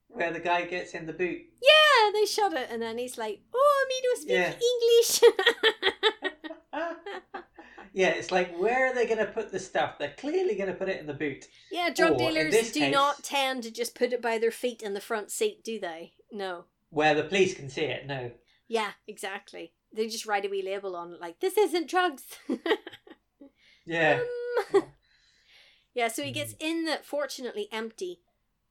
Speaker 4: where the guy gets in the boot.
Speaker 3: Yeah, they shot it, and then he's like, "Oh, me don't speak
Speaker 4: Yeah.
Speaker 3: English."
Speaker 4: Ah. yeah, it's like where are they going to put the stuff? They're clearly going to put it in the boot.
Speaker 3: yeah,
Speaker 4: Or,
Speaker 3: drug
Speaker 4: Oh, in
Speaker 3: dealers
Speaker 4: this
Speaker 3: do
Speaker 4: case-
Speaker 3: not tend to just put it by their feet in the front seat, do they? No.
Speaker 4: Where the police can see it. No.
Speaker 3: Yeah, exactly. They just write a wee label on it, like "This isn't drugs."
Speaker 4: Yeah. Mm.
Speaker 3: Um, yeah, so he gets in the fortunately empty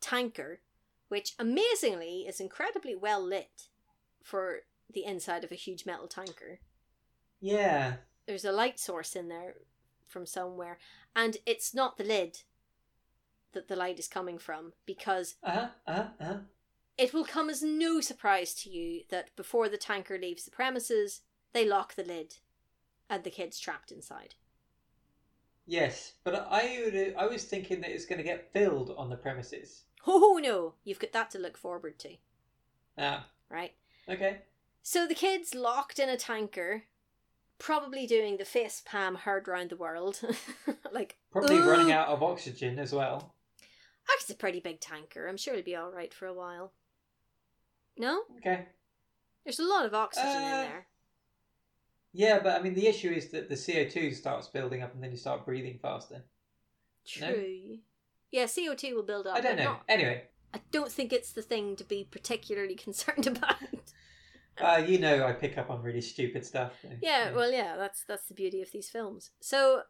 Speaker 3: tanker, which amazingly is incredibly well lit for the inside of a huge metal tanker.
Speaker 4: Yeah.
Speaker 3: there's a light source in there from somewhere and it's not the lid that the light is coming from because
Speaker 4: Uh-huh, uh-huh, uh-huh.
Speaker 3: it will come as no surprise to you that before the tanker leaves the premises they lock the lid and the kid's trapped inside
Speaker 4: Yes, but I would, I was thinking that it's going to get filled on the premises.
Speaker 3: oh no you've got that to look forward to
Speaker 4: Ah,
Speaker 3: right
Speaker 4: okay.
Speaker 3: so the kid's locked in a tanker probably doing the face palm hard round the world. like
Speaker 4: Probably
Speaker 3: "Ooh."
Speaker 4: running out of oxygen as well.
Speaker 3: Oh, it's a pretty big tanker. I'm sure it'll be all right for a while. No,
Speaker 4: Okay.
Speaker 3: there's a lot of oxygen
Speaker 4: Uh,
Speaker 3: in there.
Speaker 4: Yeah, but I mean, the issue is that the CO2 starts building up and then you start breathing faster. no.
Speaker 3: True. Yeah, CO two will build up.
Speaker 4: I don't
Speaker 3: but
Speaker 4: know.
Speaker 3: not-
Speaker 4: Anyway,
Speaker 3: I don't think it's the thing to be particularly concerned about.
Speaker 4: uh, you know I pick up on really stupid stuff. so,
Speaker 3: yeah, well, yeah, that's that's the beauty of these films. So,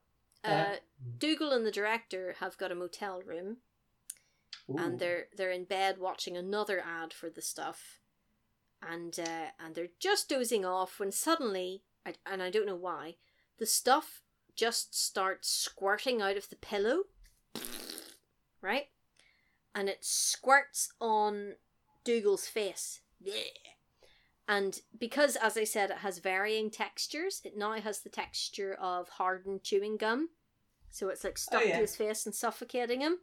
Speaker 3: uh,
Speaker 4: Uh-huh.
Speaker 3: Dougal and the director have got a motel room,
Speaker 4: Ooh.
Speaker 3: and they're they're in bed watching another ad for the stuff, and uh, and they're just dozing off when suddenly, I, and I don't know why, the stuff just starts squirting out of the pillow, right, and it squirts on Dougal's face. Blech. And because, as I said, it has varying textures, it now has the texture of hardened chewing gum. So it's like stuck
Speaker 4: yeah.
Speaker 3: to his face and suffocating him.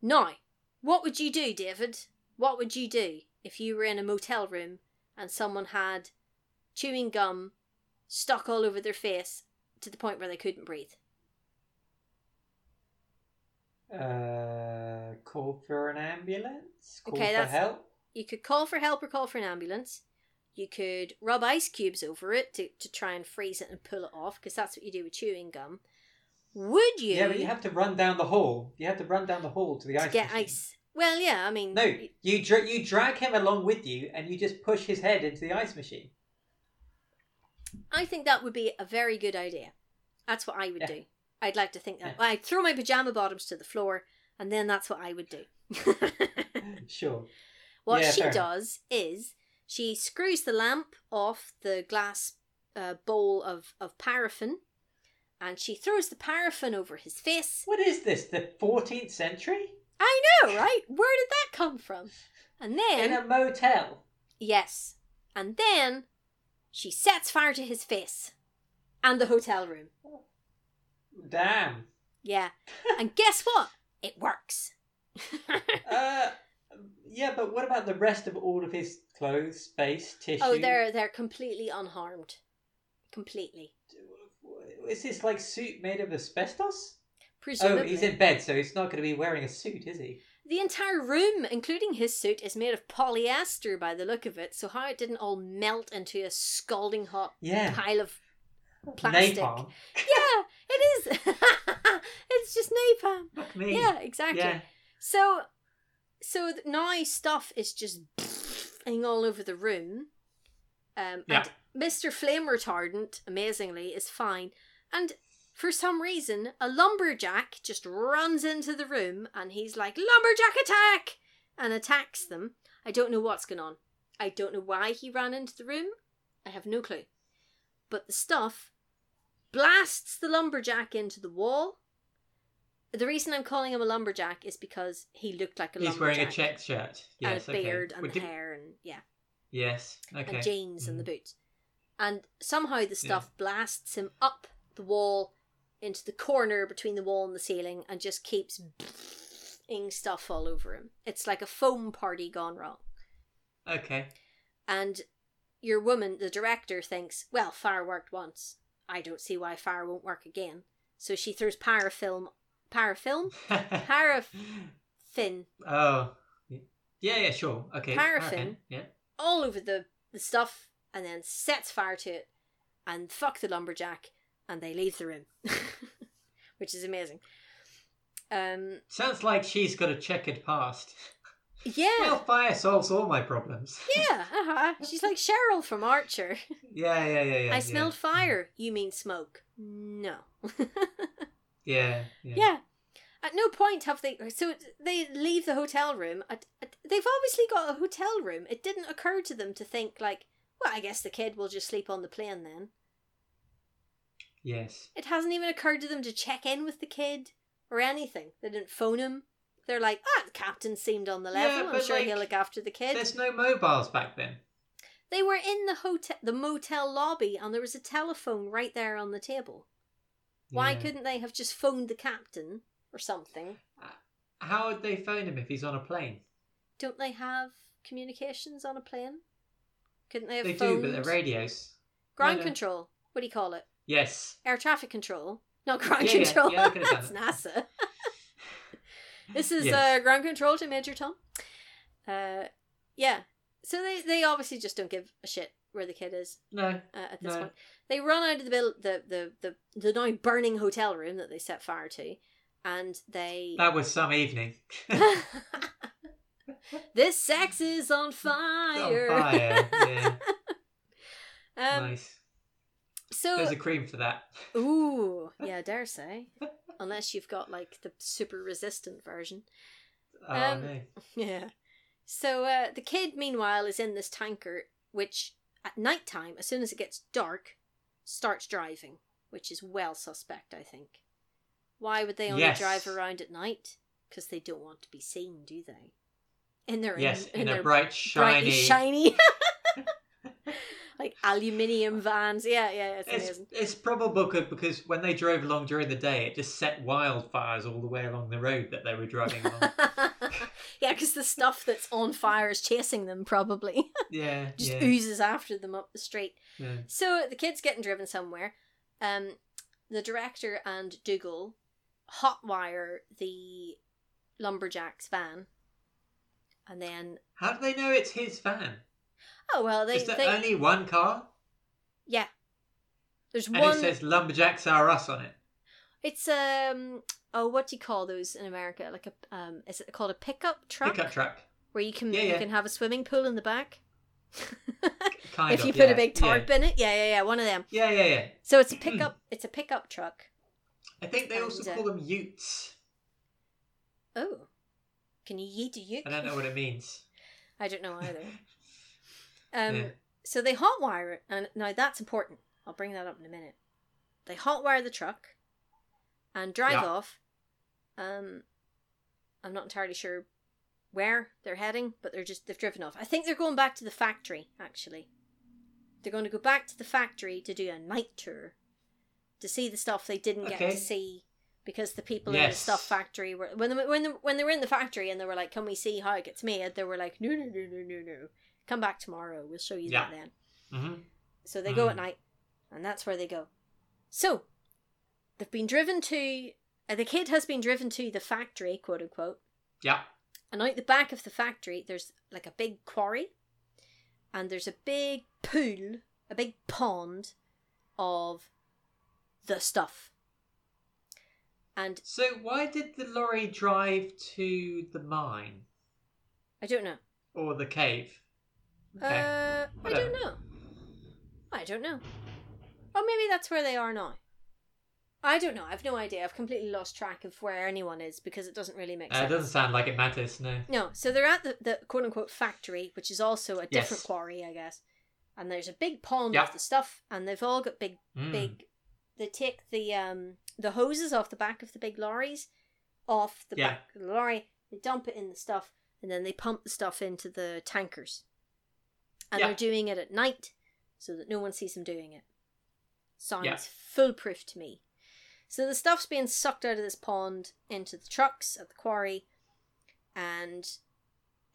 Speaker 3: Now, what would you do, David? What would you do if you were in a motel room and someone had chewing gum stuck all over their face to the point where they couldn't breathe?
Speaker 4: Uh, call for an ambulance? Call
Speaker 3: Okay,
Speaker 4: for
Speaker 3: that's-
Speaker 4: help?
Speaker 3: You could call for help or call for an ambulance. You could rub ice cubes over it to, to try and freeze it and pull it off, because that's what you do with chewing gum. Would you,
Speaker 4: Yeah, but you have to run down the hall. You have to run down the hall to the
Speaker 3: to
Speaker 4: ice
Speaker 3: get
Speaker 4: machine.
Speaker 3: ice? Well, yeah, I mean,
Speaker 4: No,
Speaker 3: y-
Speaker 4: you dra- you drag him along with you, and you just push his head into the ice machine.
Speaker 3: I think that would be a very good idea. That's what I would
Speaker 4: Yeah.
Speaker 3: do. I'd like to think that.
Speaker 4: Yeah.
Speaker 3: I'd throw my pajama bottoms to the floor, and then that's what I would do.
Speaker 4: Sure.
Speaker 3: What
Speaker 4: Yeah,
Speaker 3: she
Speaker 4: fair enough.
Speaker 3: does is she screws the lamp off the glass uh, bowl of, of paraffin and she throws the paraffin over his face.
Speaker 4: What is this? The 14th century?
Speaker 3: I know, right? Where did that come from? And
Speaker 4: In
Speaker 3: then,
Speaker 4: a motel?
Speaker 3: yes. And then she sets fire to his face and the hotel room.
Speaker 4: Damn.
Speaker 3: Yeah. And guess what? It works.
Speaker 4: Uh, yeah, but what about the rest of all of his clothes, face, tissue?
Speaker 3: Oh, they're they're completely unharmed. Completely.
Speaker 4: Is this like suit made of asbestos? Oh,
Speaker 3: Presumably.
Speaker 4: he's in bed, so he's not going to be wearing a suit, is he?
Speaker 3: The entire room, including his suit, is made of polyester by the look of it, so how it didn't all melt into a scalding hot
Speaker 4: Yeah.
Speaker 3: pile of plastic.
Speaker 4: Napalm.
Speaker 3: Yeah, it is. it's just napalm.
Speaker 4: Fuck me.
Speaker 3: Yeah, exactly.
Speaker 4: Yeah.
Speaker 3: So so th- now stuff is just ing all over the room. Um
Speaker 4: Yeah.
Speaker 3: and Mr. Flame Retardant, amazingly, is fine. And for some reason, a lumberjack just runs into the room and he's like, Lumberjack attack! and attacks them. I don't know what's going on. I don't know why he ran into the room. I have no clue. But the stuff blasts the lumberjack into the wall. The reason I'm calling him a lumberjack is because he looked like a
Speaker 4: He's
Speaker 3: lumberjack.
Speaker 4: wearing a check shirt. Yes,
Speaker 3: and a beard
Speaker 4: okay.
Speaker 3: and
Speaker 4: Would you-
Speaker 3: hair and yeah
Speaker 4: Yes, okay.
Speaker 3: and jeans and the
Speaker 4: Mm.
Speaker 3: boots. And somehow the stuff blasts him up the wall into the corner between the wall and the ceiling and just keeps ing stuff all over him. It's like a foam party gone wrong.
Speaker 4: Okay.
Speaker 3: And your woman, the director, thinks, well, fire worked once. I don't see why fire won't work again. So she throws parafilm, parafilm? Paraffin
Speaker 4: oh. Yeah, yeah, sure. Okay.
Speaker 3: Paraffin.
Speaker 4: Yeah.
Speaker 3: all over the, the stuff and then sets fire to it and fuck the lumberjack and they leave the room which is amazing um
Speaker 4: Sounds like she's got a checkered past. Well,
Speaker 3: yeah
Speaker 4: fire solves all my problems.
Speaker 3: yeah uh-huh. she's like cheryl from archer
Speaker 4: yeah, yeah, yeah, yeah.
Speaker 3: i
Speaker 4: yeah.
Speaker 3: smelled fire you mean smoke no
Speaker 4: Yeah, yeah.
Speaker 3: yeah at no point have they so they leave the hotel room At- at- they've obviously got a hotel room it didn't occur to them to think like well i guess the kid will just sleep on the plane then
Speaker 4: Yes.
Speaker 3: It hasn't even occurred to them to check in with the kid or anything. They didn't phone him. They're like, ah, the captain seemed on the
Speaker 4: Yeah,
Speaker 3: level. I'm
Speaker 4: but,
Speaker 3: sure
Speaker 4: like,
Speaker 3: he'll look after the kid.
Speaker 4: There's no mobiles back then.
Speaker 3: They were in the hotel, the motel lobby, and there was a telephone right there on the table. Why
Speaker 4: Yeah.
Speaker 3: couldn't they have just phoned the captain or something?
Speaker 4: How would they phone him if he's on a plane?
Speaker 3: Don't they have communications on a plane? Couldn't they have
Speaker 4: They
Speaker 3: phoned
Speaker 4: do, but they're radios.
Speaker 3: ground
Speaker 4: no, no.
Speaker 3: control? what do you call it?
Speaker 4: Yes.
Speaker 3: Air traffic control, not ground
Speaker 4: Yeah, yeah,
Speaker 3: control.
Speaker 4: yeah, I could've done
Speaker 3: That's
Speaker 4: it.
Speaker 3: NASA. this is
Speaker 4: Yes.
Speaker 3: uh, ground control to Major Tom. Uh, yeah. So they they obviously just don't give a shit where the kid is
Speaker 4: No.
Speaker 3: uh, at this
Speaker 4: No.
Speaker 3: point. They run out of the, buil- the the the the now burning hotel room that they set fire to, and they.
Speaker 4: That was some evening. Oh,
Speaker 3: this sex is on fire.
Speaker 4: On fire. Yeah.
Speaker 3: Um,
Speaker 4: nice. There's
Speaker 3: So,
Speaker 4: a cream for that.
Speaker 3: ooh, yeah, dare say, unless you've got like the super resistant version.
Speaker 4: Oh
Speaker 3: um,
Speaker 4: no.
Speaker 3: Yeah. So uh, the kid, meanwhile, is in this tanker, which at night time, as soon as it gets dark, starts driving, which is well suspect, I think. Why would they only
Speaker 4: Yes.
Speaker 3: drive around at night? Because they don't want to be seen, do they? In their
Speaker 4: Yes,
Speaker 3: in,
Speaker 4: in a
Speaker 3: their
Speaker 4: bright,
Speaker 3: brightly
Speaker 4: shiny.
Speaker 3: shiny, like aluminium vans. Yeah, yeah, it's
Speaker 4: It's,
Speaker 3: amazing.
Speaker 4: it's probably good because when they drove along during the day, it just set wildfires all the way along the road that they were driving along.
Speaker 3: yeah, because the stuff that's on fire is chasing them, probably.
Speaker 4: yeah,
Speaker 3: Just
Speaker 4: yeah,
Speaker 3: oozes after them up the street.
Speaker 4: yeah.
Speaker 3: So the kid's getting driven somewhere. Um, the director and Dougal hotwire the lumberjack's van. And then,
Speaker 4: How do they know it's his van?
Speaker 3: oh, well, they.
Speaker 4: Is there
Speaker 3: they
Speaker 4: only one car?
Speaker 3: yeah. There's
Speaker 4: And
Speaker 3: one.
Speaker 4: it says Lumberjacks Are Us on it.
Speaker 3: It's, um, oh, what do you call those in America? Like a, um, is it called a pickup truck?
Speaker 4: Pickup truck.
Speaker 3: Where you can,
Speaker 4: Yeah,
Speaker 3: you
Speaker 4: yeah.
Speaker 3: can have a swimming pool in the back.
Speaker 4: Kind
Speaker 3: if
Speaker 4: of.
Speaker 3: you put
Speaker 4: yeah,
Speaker 3: a big tarp in it. Yeah, yeah, yeah, one of them.
Speaker 4: Yeah. yeah, yeah, yeah.
Speaker 3: So it's a pickup, it's a pickup truck.
Speaker 4: I think they also
Speaker 3: And, uh,
Speaker 4: call them Utes.
Speaker 3: Oh. Can you yeet a uke?
Speaker 4: I don't know what it means.
Speaker 3: I don't know either. Um,
Speaker 4: Yeah.
Speaker 3: So they hotwire it, and now that's important. I'll bring that up in a minute. They hotwire the truck and drive
Speaker 4: Yeah.
Speaker 3: off. Um, I'm not entirely sure where they're heading, but they're just they've driven off. I think they're going back to the factory. Actually, they're going to go back to the factory to do a night tour to see the stuff they didn't get
Speaker 4: Okay.
Speaker 3: to see because the people in the
Speaker 4: Yes.
Speaker 3: stuff factory were when they, when they, when they were in the factory and they were like, "Can we see how it gets made?" They were like, "No, no, no, no, no, no. Come back tomorrow. We'll show you
Speaker 4: Yeah.
Speaker 3: that then."
Speaker 4: hmm
Speaker 3: So they go at
Speaker 4: Mm.
Speaker 3: night, and that's where they go. So they've been driven to uh, the kid has been driven to the factory, quote unquote,
Speaker 4: Yeah.
Speaker 3: and out the back of the factory, there's like a big quarry, and there's a big pool, a big pond of the stuff. And
Speaker 4: So why did the lorry drive to the mine
Speaker 3: I don't know.
Speaker 4: or the cave? Okay.
Speaker 3: Uh, I don't know. I don't know. Or maybe that's where they are now. I don't know. I've no idea. I've completely lost track of where anyone is because it doesn't really make
Speaker 4: Uh, it
Speaker 3: sense.
Speaker 4: doesn't sound like it matters. No.
Speaker 3: No, so they're at the, the quote unquote factory, which is also a different
Speaker 4: Yes.
Speaker 3: quarry, I guess. And there's a big pond
Speaker 4: Yeah.
Speaker 3: of the stuff, and they've all got big,
Speaker 4: Mm.
Speaker 3: big. They take the um the hoses off the back of the big lorries, off the
Speaker 4: Yeah.
Speaker 3: back of the lorry. They dump it in the stuff, and then they pump the stuff into the tankers. And
Speaker 4: Yeah.
Speaker 3: they're doing it at night, so that no one sees them doing it. Sounds
Speaker 4: Yeah.
Speaker 3: foolproof to me. So the stuff's being sucked out of this pond into the trucks at the quarry, and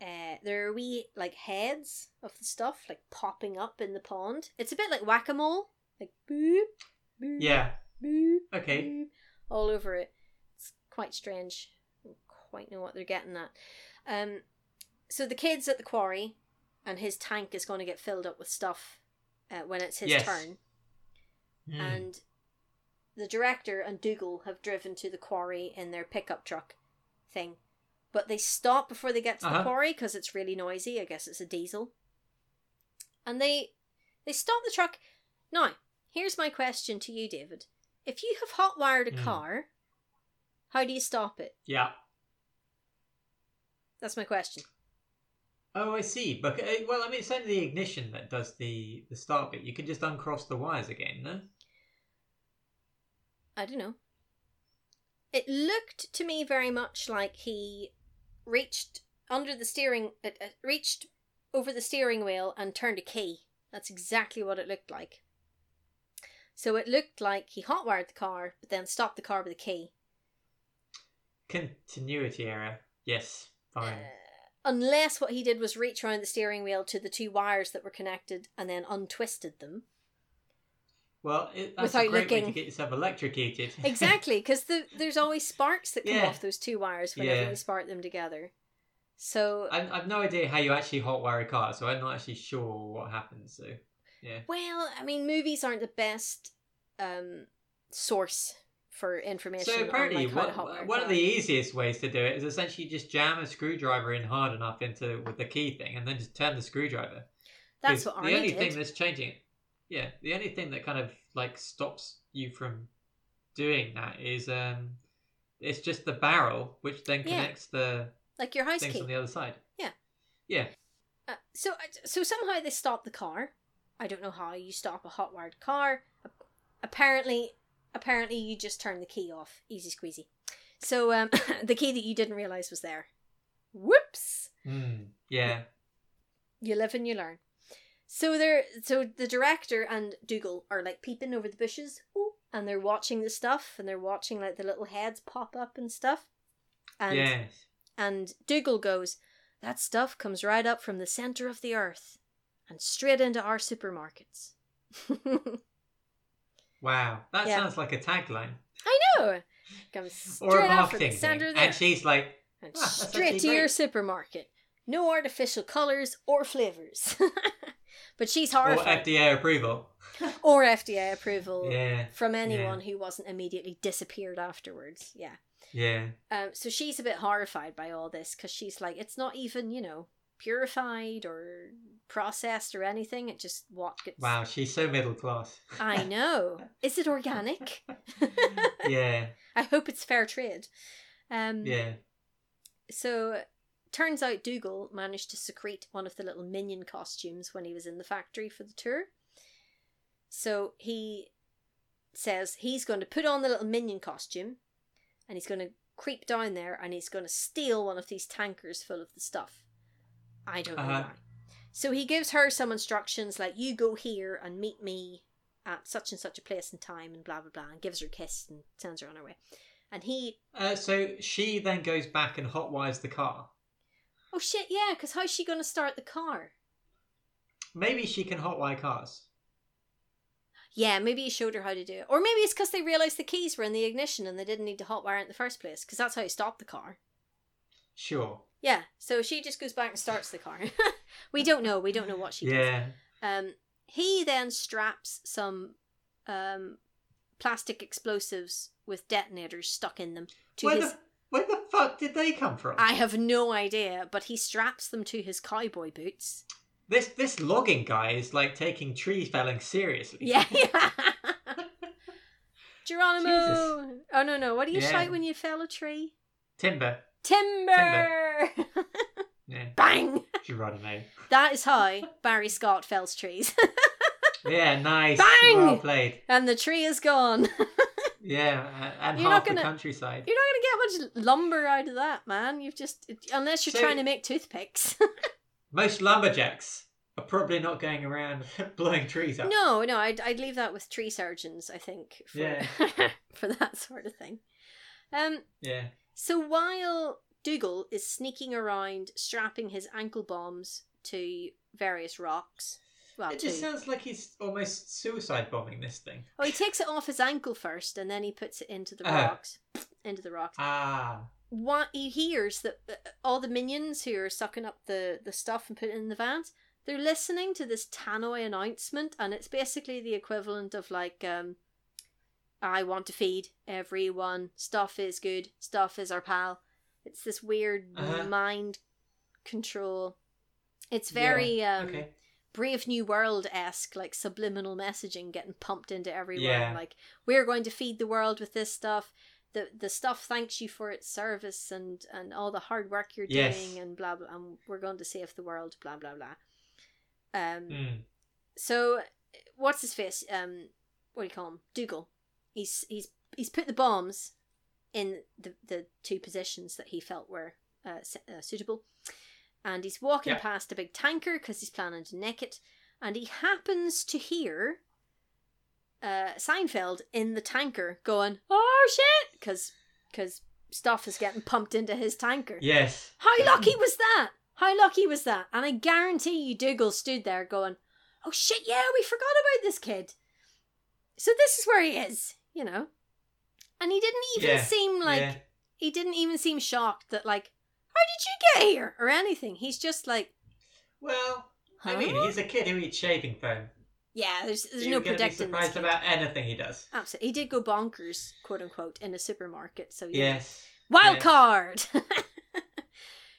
Speaker 3: uh, there are wee like heads of the stuff like popping up in the pond. It's a bit like whack a mole, like boop, boop,
Speaker 4: Yeah.
Speaker 3: boop,
Speaker 4: Okay.
Speaker 3: boop, all over it. It's quite strange. I don't quite know what they're getting at. Um, so the kid's at the quarry, and his tank is going to get filled up with stuff uh, when it's his
Speaker 4: Yes.
Speaker 3: turn.
Speaker 4: Mm.
Speaker 3: And the director and Dougal have driven to the quarry in their pickup truck thing. But they stop before they get to the
Speaker 4: Uh-huh.
Speaker 3: quarry because it's really noisy. I guess it's a diesel. And they they stop the truck. Now, here's my question to you, David. If you have hotwired a
Speaker 4: Mm.
Speaker 3: car, how do you stop it?
Speaker 4: Yeah.
Speaker 3: That's my question.
Speaker 4: Oh, I see. But uh, well, I mean, it's only the ignition that does the the start bit. You can just uncross the wires again, no?
Speaker 3: I don't know. It looked to me very much like he reached under the steering, uh, uh, reached over the steering wheel and turned a key. That's exactly what it looked like. So it looked like he hotwired the car, but then stopped the car with a key.
Speaker 4: Continuity error. Yes. Fine.
Speaker 3: Uh, unless what he did was reach around the steering wheel to the two wires that were connected and then untwisted them.
Speaker 4: Well, it, that's a
Speaker 3: Without
Speaker 4: great way
Speaker 3: looking.
Speaker 4: to get yourself electrocuted.
Speaker 3: exactly because the, there's always sparks that come
Speaker 4: Yeah.
Speaker 3: off those two wires whenever
Speaker 4: Yeah.
Speaker 3: you spark them together so
Speaker 4: I've, I've no idea how you actually hotwire a car, so I'm not actually sure what happens. So, yeah.
Speaker 3: well i mean movies aren't the best um source for information
Speaker 4: So apparently,
Speaker 3: on, like, how to
Speaker 4: one,
Speaker 3: hotwire a
Speaker 4: one of
Speaker 3: car.
Speaker 4: the easiest ways to do it is essentially just jam a screwdriver in hard enough into with the key thing, and then just turn the screwdriver.
Speaker 3: that's
Speaker 4: 'Cause
Speaker 3: what Arnie
Speaker 4: the only
Speaker 3: did.
Speaker 4: thing that's changing it. Yeah, the only thing that kind of like stops you from doing that is um, it's just the barrel which then
Speaker 3: Yeah.
Speaker 4: connects the
Speaker 3: like your house
Speaker 4: things
Speaker 3: key
Speaker 4: on the other side.
Speaker 3: Yeah.
Speaker 4: Yeah.
Speaker 3: Uh, so so somehow they stopped the car. I don't know how you stop a hot wired car. Apparently, apparently you just turn the key off. Easy squeezy. So um, the key that you didn't realize was there. Whoops!
Speaker 4: Mm, yeah.
Speaker 3: You live and you learn. So they're so the director and Dougal are like peeping over the bushes, Ooh, and they're watching the stuff, and they're watching like the little heads pop up and stuff. And
Speaker 4: yes.
Speaker 3: and Dougal goes, That stuff comes right up from the centre of the earth and straight into our supermarkets. I
Speaker 4: Wow. That
Speaker 3: Yeah.
Speaker 4: sounds like a tagline
Speaker 3: know! Comes straight
Speaker 4: or a
Speaker 3: up from the
Speaker 4: marketing thing.
Speaker 3: centre of the
Speaker 4: And
Speaker 3: earth
Speaker 4: she's like,
Speaker 3: and
Speaker 4: "Ah, that's
Speaker 3: straight
Speaker 4: actually
Speaker 3: to your
Speaker 4: great."
Speaker 3: supermarket. No artificial colours or flavours. but she's
Speaker 4: or
Speaker 3: horrified.
Speaker 4: FDA approval.
Speaker 3: Or FDA approval
Speaker 4: Yeah.
Speaker 3: from anyone who wasn't immediately disappeared afterwards. Yeah.
Speaker 4: Yeah.
Speaker 3: Um, so she's a bit horrified by all this because she's like, it's not even, you know, purified or processed or anything. It just what gets.
Speaker 4: Wow. She's so middle class.
Speaker 3: I know. Is it organic?
Speaker 4: yeah.
Speaker 3: I hope it's fair trade. Um,
Speaker 4: Yeah.
Speaker 3: So turns out Dougal managed to secrete one of the little minion costumes when he was in the factory for the tour. So he says he's going to put on the little minion costume and he's going to creep down there and he's going to steal one of these tankers full of the stuff. I don't know
Speaker 4: Uh-huh.
Speaker 3: why. So he gives her some instructions like, you go here and meet me at such and such a place and time and blah blah blah and gives her a kiss and sends her on her way. And he,
Speaker 4: Uh, so she then goes back and hotwires the car.
Speaker 3: oh shit, yeah, because how's she going to start the car?
Speaker 4: Maybe she can hotwire cars.
Speaker 3: Yeah, maybe he showed her how to do it. Or maybe it's because they realised the keys were in the ignition and they didn't need to hotwire it in the first place, because that's how you stop the car.
Speaker 4: Sure.
Speaker 3: Yeah, so she just goes back and starts the car. we don't know. We don't know what she does.
Speaker 4: yeah.
Speaker 3: Um, he then straps some um, plastic explosives with detonators stuck in them to
Speaker 4: Where
Speaker 3: his.
Speaker 4: the where the fuck did they come from?
Speaker 3: I have no idea, but he straps them to his cowboy boots.
Speaker 4: This this logging guy is like taking tree felling seriously.
Speaker 3: Yeah. Geronimo! Oh, no, no. What do you
Speaker 4: Yeah.
Speaker 3: shout when you fell a tree?
Speaker 4: Timber.
Speaker 3: Timber!
Speaker 4: Yeah.
Speaker 3: Bang!
Speaker 4: Geronimo.
Speaker 3: That is how Barry Scott fells trees.
Speaker 4: Yeah. Nice.
Speaker 3: Bang!
Speaker 4: Well played.
Speaker 3: and the tree is gone. You're not
Speaker 4: Yeah. a- And
Speaker 3: You're not
Speaker 4: half
Speaker 3: gonna-
Speaker 4: the countryside.
Speaker 3: going to get much lumber out of that, man. You've just. Unless you're
Speaker 4: So-
Speaker 3: trying to make toothpicks.
Speaker 4: Most lumberjacks are probably not going around blowing trees up.
Speaker 3: no, no, I'd, I'd leave that with tree surgeons, I think, for,
Speaker 4: Yeah.
Speaker 3: for that sort of thing. Um,
Speaker 4: Yeah.
Speaker 3: So while Dougal is sneaking around, strapping his ankle bombs to various rocks, well,
Speaker 4: It just
Speaker 3: to-
Speaker 4: sounds like he's almost suicide bombing this thing.
Speaker 3: oh, he takes it off his ankle first, and then he puts it into the
Speaker 4: Oh.
Speaker 3: rocks, into the rocks.
Speaker 4: Ah.
Speaker 3: What he hears that uh, all the minions who are sucking up the the stuff and putting it in the vans, they're listening to this Tannoy announcement, and it's basically the equivalent of like, um, "I want to feed everyone. Stuff is good. Stuff is our pal." It's this weird
Speaker 4: Uh-huh.
Speaker 3: mind control. It's
Speaker 4: Yeah,
Speaker 3: very um,
Speaker 4: okay.
Speaker 3: Brave New World esque, like subliminal messaging getting pumped into everyone.
Speaker 4: Yeah.
Speaker 3: Like we're going to feed the world with this stuff. The the stuff thanks you for its service and and all the hard work you're
Speaker 4: Yes.
Speaker 3: doing and blah blah. And we're going to save the world. Blah blah blah. Um.
Speaker 4: Mm.
Speaker 3: So what's his face? Um. What do you call him? Dougal. He's he's he's put the bombs in the the two positions that he felt were uh, s- uh, suitable and he's walking
Speaker 4: Yeah.
Speaker 3: past a big tanker because he's planning to nick it, and he happens to hear uh, Seinfeld in the tanker going, "Oh shit!" because because stuff is getting pumped into his tanker.
Speaker 4: Yes.
Speaker 3: How lucky was that? How lucky was that? And I guarantee you, Dougal stood there going, "Oh shit! Yeah, we forgot about this kid." so this is where he is, you know. And he didn't even
Speaker 4: Yeah,
Speaker 3: seem like
Speaker 4: yeah.
Speaker 3: he didn't even seem shocked that like how did you get here or anything. He's just like,
Speaker 4: Well, I
Speaker 3: Huh?
Speaker 4: mean, he's a kid who eats shaving foam.
Speaker 3: yeah, there's there's
Speaker 4: You're
Speaker 3: no
Speaker 4: gonna
Speaker 3: predicting.
Speaker 4: Be
Speaker 3: this
Speaker 4: surprised
Speaker 3: kid.
Speaker 4: about anything he does.
Speaker 3: Absolutely, he did go bonkers, quote unquote, in a supermarket. So yeah,
Speaker 4: Yes.
Speaker 3: wild
Speaker 4: yes.
Speaker 3: card.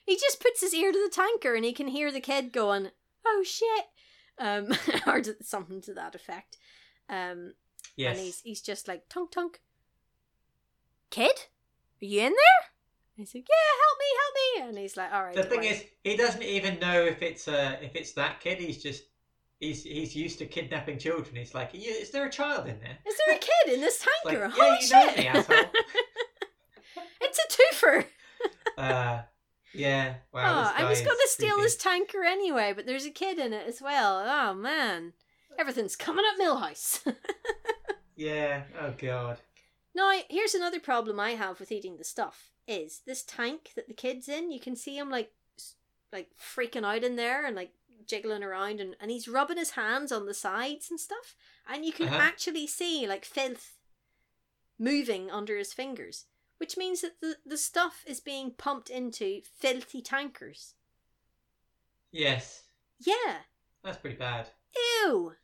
Speaker 3: he just puts his ear to the tanker, and he can hear the kid going, "Oh shit," um, or to- something to that effect. Um,
Speaker 4: Yes.
Speaker 3: and he's he's just like tunk tunk. Kid, are you in there? And he's like, "Yeah, help me, help me!" And he's like, "All right."
Speaker 4: the
Speaker 3: don't
Speaker 4: thing
Speaker 3: worry."
Speaker 4: is, he doesn't even know if it's uh if it's that kid. He's just he's he's used to kidnapping children. He's like, "You- is there a child in there?
Speaker 3: is there a kid in this
Speaker 4: It's like,
Speaker 3: tanker?
Speaker 4: yeah,
Speaker 3: Holy
Speaker 4: you know
Speaker 3: shit!
Speaker 4: me, asshole.
Speaker 3: it's a twofer.
Speaker 4: uh, yeah. Wow.
Speaker 3: oh,
Speaker 4: this
Speaker 3: I
Speaker 4: guy
Speaker 3: was
Speaker 4: is
Speaker 3: going to steal
Speaker 4: creepy.
Speaker 3: this tanker anyway, but there's a kid in it as well. Oh man, everything's coming up Millhouse.
Speaker 4: Yeah. Oh god.
Speaker 3: now, here's another problem I have with eating the stuff: is this tank that the kid's in? You can see him like, s- like freaking out in there and like jiggling around, and and he's rubbing his hands on the sides and stuff, and you can
Speaker 4: Uh-huh.
Speaker 3: actually see like filth moving under his fingers, which means that the the stuff is being pumped into filthy tankers.
Speaker 4: Yes.
Speaker 3: Yeah.
Speaker 4: That's pretty bad.
Speaker 3: Ew.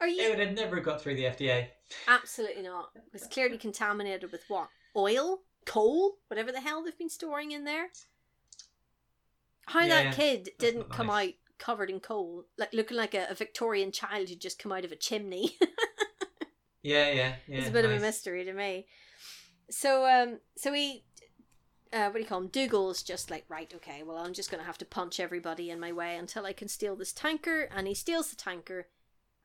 Speaker 3: Are you
Speaker 4: It would have never got through the FDA.
Speaker 3: absolutely not? It's clearly contaminated with what? Oil, coal, whatever the hell they've been storing in there. How
Speaker 4: Yeah,
Speaker 3: that kid didn't
Speaker 4: not
Speaker 3: come
Speaker 4: nice.
Speaker 3: out covered in coal, like looking like a, a Victorian child who'd just come out of a chimney.
Speaker 4: Yeah, yeah, yeah.
Speaker 3: it's a bit of
Speaker 4: nice.
Speaker 3: a mystery to me. So, um, so he, uh, what do you call him? Dougal's just like, right, okay, well, I'm just gonna have to punch everybody in my way until I can steal this tanker, and he steals the tanker,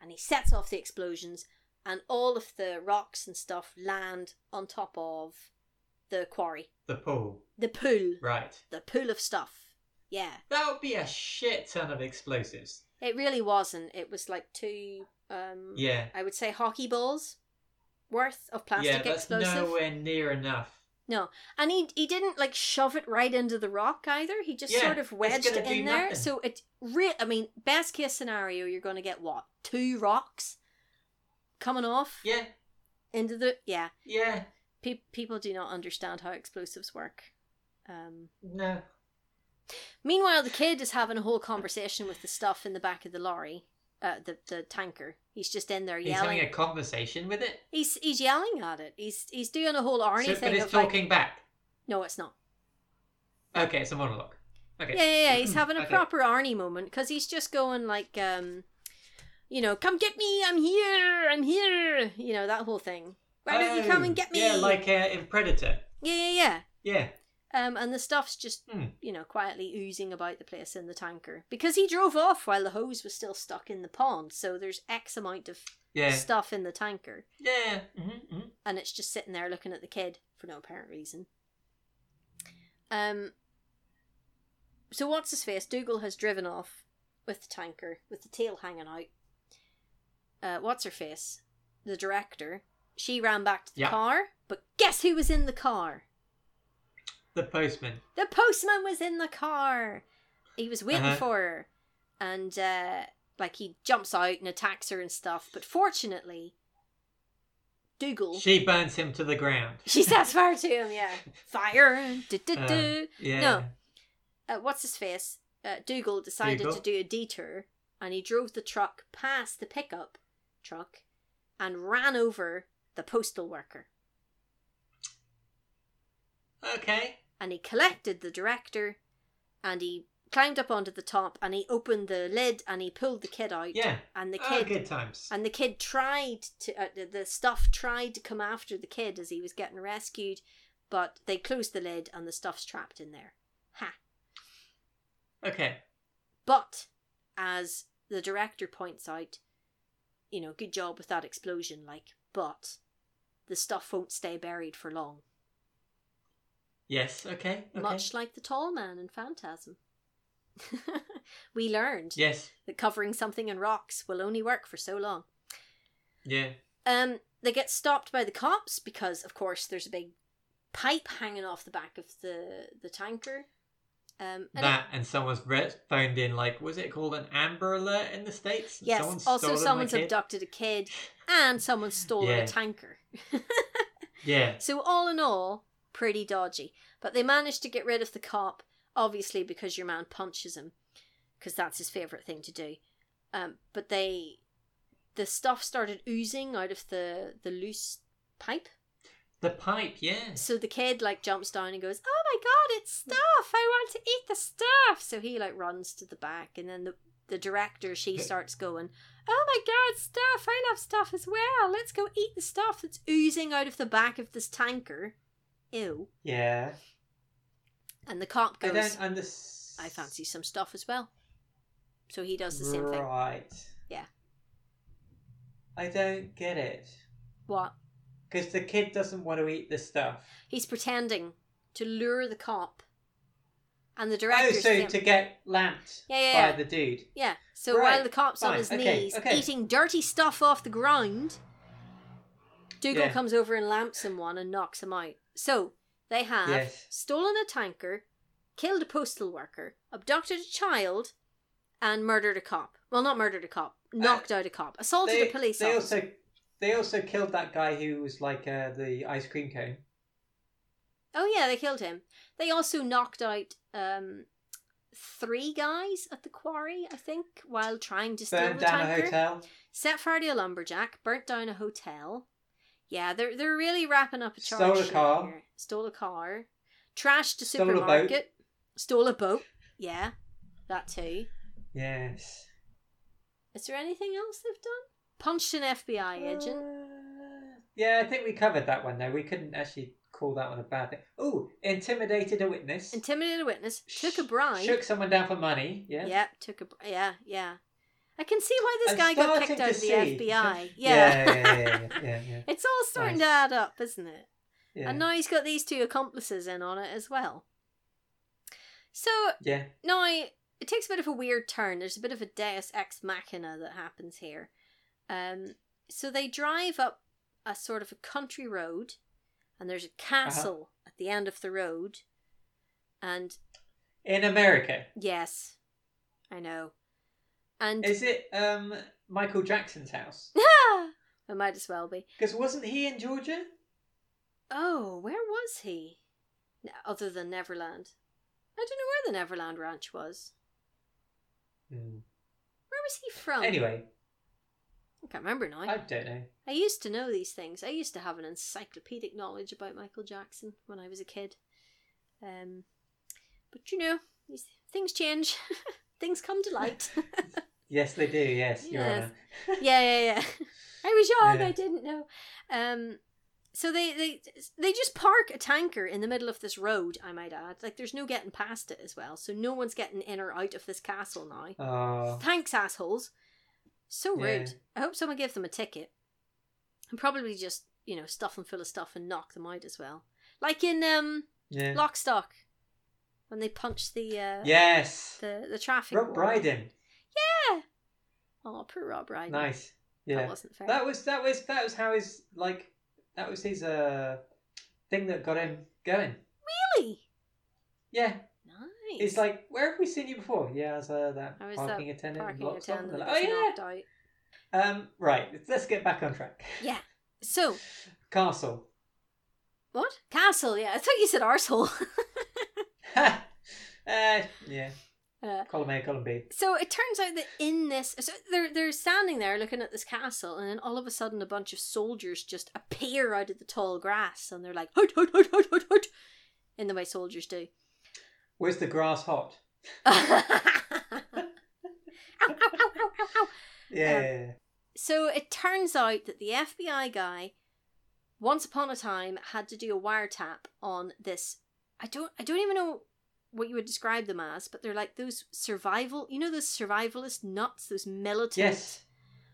Speaker 3: and he sets off the explosions, and all of the rocks and stuff land on top of the quarry,
Speaker 4: The pool,
Speaker 3: the pool,
Speaker 4: right?
Speaker 3: the pool of stuff. Yeah,
Speaker 4: That would be a shit ton of explosives.
Speaker 3: it really wasn't. It was like two, um,
Speaker 4: Yeah,
Speaker 3: I would say hockey balls worth of plastic
Speaker 4: yeah. That's
Speaker 3: explosive.
Speaker 4: nowhere near enough.
Speaker 3: And he he didn't like shove it right into the rock either. He just
Speaker 4: Yeah,
Speaker 3: sort of
Speaker 4: it's
Speaker 3: wedged
Speaker 4: gonna
Speaker 3: it
Speaker 4: do
Speaker 3: in there.
Speaker 4: nothing.
Speaker 3: So it re- I mean, best case scenario, you're going to get what two rocks coming off
Speaker 4: Yeah,
Speaker 3: into the yeah.
Speaker 4: yeah.
Speaker 3: Pe- people do not understand how explosives work. Um,
Speaker 4: No.
Speaker 3: meanwhile, the kid is having a whole conversation with the stuff in the back of the lorry, uh, the the tanker. He's just in there
Speaker 4: He's having
Speaker 3: yelling.
Speaker 4: a conversation with it,
Speaker 3: He's he's yelling at it. He's he's doing a whole Arnie
Speaker 4: so,
Speaker 3: thing.
Speaker 4: but it's
Speaker 3: of like-
Speaker 4: talking back.
Speaker 3: no, it's not.
Speaker 4: Okay, it's a monologue. Okay.
Speaker 3: Yeah, yeah, yeah. He's having a
Speaker 4: Okay.
Speaker 3: proper Arnie moment because he's just going like, um, you know, come get me, I'm here, I'm here. You know that whole thing. Why don't you come
Speaker 4: Oh,
Speaker 3: and get me?
Speaker 4: Yeah, like uh, in Predator.
Speaker 3: yeah, yeah, yeah.
Speaker 4: Yeah,
Speaker 3: Um, and the stuff's just
Speaker 4: Hmm.
Speaker 3: you know quietly oozing about the place in the tanker because he drove off while the hose was still stuck in the pond. So there's X amount of
Speaker 4: yeah,
Speaker 3: stuff in the tanker,
Speaker 4: yeah. Mm-hmm,
Speaker 3: and it's just sitting there looking at the kid for no apparent reason. Um. So what's his face? Dougal has driven off with the tanker, with the tail hanging out. Uh, what's her face? The director. She ran back to the
Speaker 4: Yeah.
Speaker 3: car, but guess who was in the car?
Speaker 4: The postman.
Speaker 3: The postman was in the car. He was waiting
Speaker 4: Uh-huh.
Speaker 3: for her, and uh, like he jumps out and attacks her and stuff. But fortunately, Dougal.
Speaker 4: She burns him to the ground.
Speaker 3: She sets fire to him, yeah. Fire. Du, du,
Speaker 4: Uh,
Speaker 3: du.
Speaker 4: Yeah.
Speaker 3: No. Uh, what's his face? Uh, Dougal decided
Speaker 4: Dougal.
Speaker 3: to do a detour and he drove the truck past the pickup truck and ran over the postal worker.
Speaker 4: Okay.
Speaker 3: And he collected the director and he climbed up onto the top and he opened the lid and he pulled the kid out.
Speaker 4: Yeah.
Speaker 3: And the
Speaker 4: Oh,
Speaker 3: kid
Speaker 4: good times.
Speaker 3: And the kid tried to, uh, the- the stuff tried to come after the kid as he was getting rescued, but they closed the lid and the stuff's trapped in there. Ha.
Speaker 4: Okay.
Speaker 3: But, as the director points out, you know, good job with that explosion, like, but the stuff won't stay buried for long.
Speaker 4: Yes. Okay. Okay.
Speaker 3: Much like the tall man in Phantasm. we learned
Speaker 4: Yes.
Speaker 3: that covering something in rocks will only work for so long.
Speaker 4: Yeah.
Speaker 3: Um, they get stopped by the cops because, of course, there's a big pipe hanging off the back of the the tanker, Um, and
Speaker 4: that and someone's re- phoned in like was it called an amber alert in the states
Speaker 3: it- yes,
Speaker 4: Someone's
Speaker 3: also
Speaker 4: stolen my
Speaker 3: someone's
Speaker 4: kid?
Speaker 3: abducted a kid and someone's stolen
Speaker 4: Yeah.
Speaker 3: a tanker.
Speaker 4: yeah
Speaker 3: So all in all, pretty dodgy. But they managed to get rid of the cop, obviously because your man punches him, because that's his favorite thing to do. Um, but they, the stuff started oozing out of the the loose pipe.
Speaker 4: the pipe yeah
Speaker 3: So the kid like jumps down and goes, "Oh my god, it's stuff! I want to eat the stuff!" So he like runs to the back, and then the the director she
Speaker 4: Yeah.
Speaker 3: starts going, "Oh my god, stuff! I love stuff as well. Let's go eat the stuff that's oozing out of the back of this tanker." Ew.
Speaker 4: yeah
Speaker 3: And the cop
Speaker 4: i
Speaker 3: goes,
Speaker 4: don't understand
Speaker 3: "I fancy some stuff as well." So he does the same thing.
Speaker 4: right
Speaker 3: Yeah.
Speaker 4: i don't get it
Speaker 3: What?
Speaker 4: because the kid doesn't want to eat the stuff
Speaker 3: He's pretending to lure the cop, and the
Speaker 4: oh
Speaker 3: director.
Speaker 4: so to get lamped
Speaker 3: Yeah, yeah, yeah.
Speaker 4: by the dude
Speaker 3: Yeah. So
Speaker 4: Right,
Speaker 3: while the cop's on
Speaker 4: fine,
Speaker 3: his
Speaker 4: okay,
Speaker 3: knees
Speaker 4: okay.
Speaker 3: eating dirty stuff off the ground, Dougal
Speaker 4: Yeah.
Speaker 3: comes over and lamps him one and knocks him out. So they have
Speaker 4: Yes.
Speaker 3: stolen a tanker, killed a postal worker, abducted a child, and murdered a cop. Well, not murdered a cop, knocked out a cop, assaulted
Speaker 4: Uh, they,
Speaker 3: a police
Speaker 4: they
Speaker 3: officer.
Speaker 4: also they also killed that guy who was like uh, the ice cream cone
Speaker 3: Oh yeah, they killed him. They also knocked out um, three guys at the quarry, I think, while trying to steal
Speaker 4: burned
Speaker 3: the
Speaker 4: down
Speaker 3: tanker.
Speaker 4: a hotel
Speaker 3: set fire to a lumberjack, burnt down a hotel. Yeah, they're they're really wrapping up a charge.
Speaker 4: Stole a
Speaker 3: sheet
Speaker 4: car.
Speaker 3: Here. Stole a car. Trashed a
Speaker 4: Stole a boat.
Speaker 3: supermarket. Stole a boat. Yeah, that too.
Speaker 4: yes
Speaker 3: Is there anything else they've done? Punched an FBI agent.
Speaker 4: Uh, yeah, I think we covered that one though. We couldn't actually call that one a bad thing. Oh, intimidated a witness.
Speaker 3: Intimidated a witness. Took a
Speaker 4: Sh-
Speaker 3: bribe.
Speaker 4: Shook someone down for money. Yeah.
Speaker 3: yeah, took a br- yeah, yeah. I can see why this
Speaker 4: I'm
Speaker 3: guy got
Speaker 4: starting
Speaker 3: kicked
Speaker 4: to
Speaker 3: out of the
Speaker 4: see.
Speaker 3: FBI.
Speaker 4: Yeah.
Speaker 3: Yeah.
Speaker 4: Yeah. Yeah. Yeah. yeah, yeah,
Speaker 3: it's all starting to add up, isn't it?
Speaker 4: yeah.
Speaker 3: And now he's got these two accomplices in on it as well. So
Speaker 4: Yeah.
Speaker 3: Now, it takes a bit of a weird turn. There's a bit of a deus ex machina that happens here. Um, so they drive up a sort of a country road,
Speaker 4: Uh-huh.
Speaker 3: and there's a castle at the end of the road. And
Speaker 4: In America,
Speaker 3: yes, I know. And
Speaker 4: is it um Michael Jackson's house?
Speaker 3: ah, it might as well be.
Speaker 4: Because wasn't he in Georgia?
Speaker 3: Oh, where was he? No, other than Neverland. I don't know where the Neverland Ranch was.
Speaker 4: Hmm.
Speaker 3: Where was he from?
Speaker 4: Anyway,
Speaker 3: Oh. I can't remember now.
Speaker 4: I don't know.
Speaker 3: I used to know these things. I used to have an encyclopedic knowledge about Michael Jackson when I was a kid. Um, but you know, these things change. things come to light.
Speaker 4: Yes, they do. Yes, Your
Speaker 3: Yes.
Speaker 4: Honor.
Speaker 3: yeah, yeah, yeah. I was young.
Speaker 4: Yeah.
Speaker 3: I didn't know. Um, so they they they just park a tanker in the middle of this road. I might add, like there's no getting past it as well. So no one's getting in or out of this castle now.
Speaker 4: Oh,
Speaker 3: Thanks, assholes. So
Speaker 4: Yeah.
Speaker 3: rude. I hope someone gave them a ticket. And probably just, you know, stuff them full of stuff and knock them out as well. Like in um
Speaker 4: yeah.
Speaker 3: Lockstock. When they punch the uh
Speaker 4: yes.
Speaker 3: the, the traffic.
Speaker 4: Rob Brydon.
Speaker 3: Oh, poor Rob Brydon.
Speaker 4: Nice.
Speaker 3: That
Speaker 4: Yeah.
Speaker 3: wasn't fair.
Speaker 4: That was that was that was how his like that was his uh thing that got him going.
Speaker 3: really
Speaker 4: Yeah,
Speaker 3: nice.
Speaker 4: it's like where have we seen you before? Yeah, as uh, that
Speaker 3: I was that
Speaker 4: parking attendant. in
Speaker 3: parking
Speaker 4: Lockstock.
Speaker 3: attendant
Speaker 4: They're
Speaker 3: that
Speaker 4: like,
Speaker 3: gets
Speaker 4: oh
Speaker 3: knocked out.
Speaker 4: yeah. Um, right. Let's get back on track.
Speaker 3: Yeah. So
Speaker 4: Castle.
Speaker 3: what? Castle, yeah. I thought you said arsehole.
Speaker 4: uh, yeah.
Speaker 3: Uh,
Speaker 4: Column A, column B.
Speaker 3: So it turns out that in this, so they're they're standing there looking at this castle, and then all of a sudden, a bunch of soldiers just appear out of the tall grass, and they're like, "Hoot, hoot, hoot, hoot, hoot, hoot," in the way soldiers do.
Speaker 4: Was the grass hot?
Speaker 3: ow, ow, ow, ow, ow, ow.
Speaker 4: Yeah.
Speaker 3: So it turns out that the FBI guy, once upon a time, had to do a wiretap on this. I don't. I don't even know what you would describe them as, but they're like those survival. You know those survivalist nuts, those militant.
Speaker 4: yes.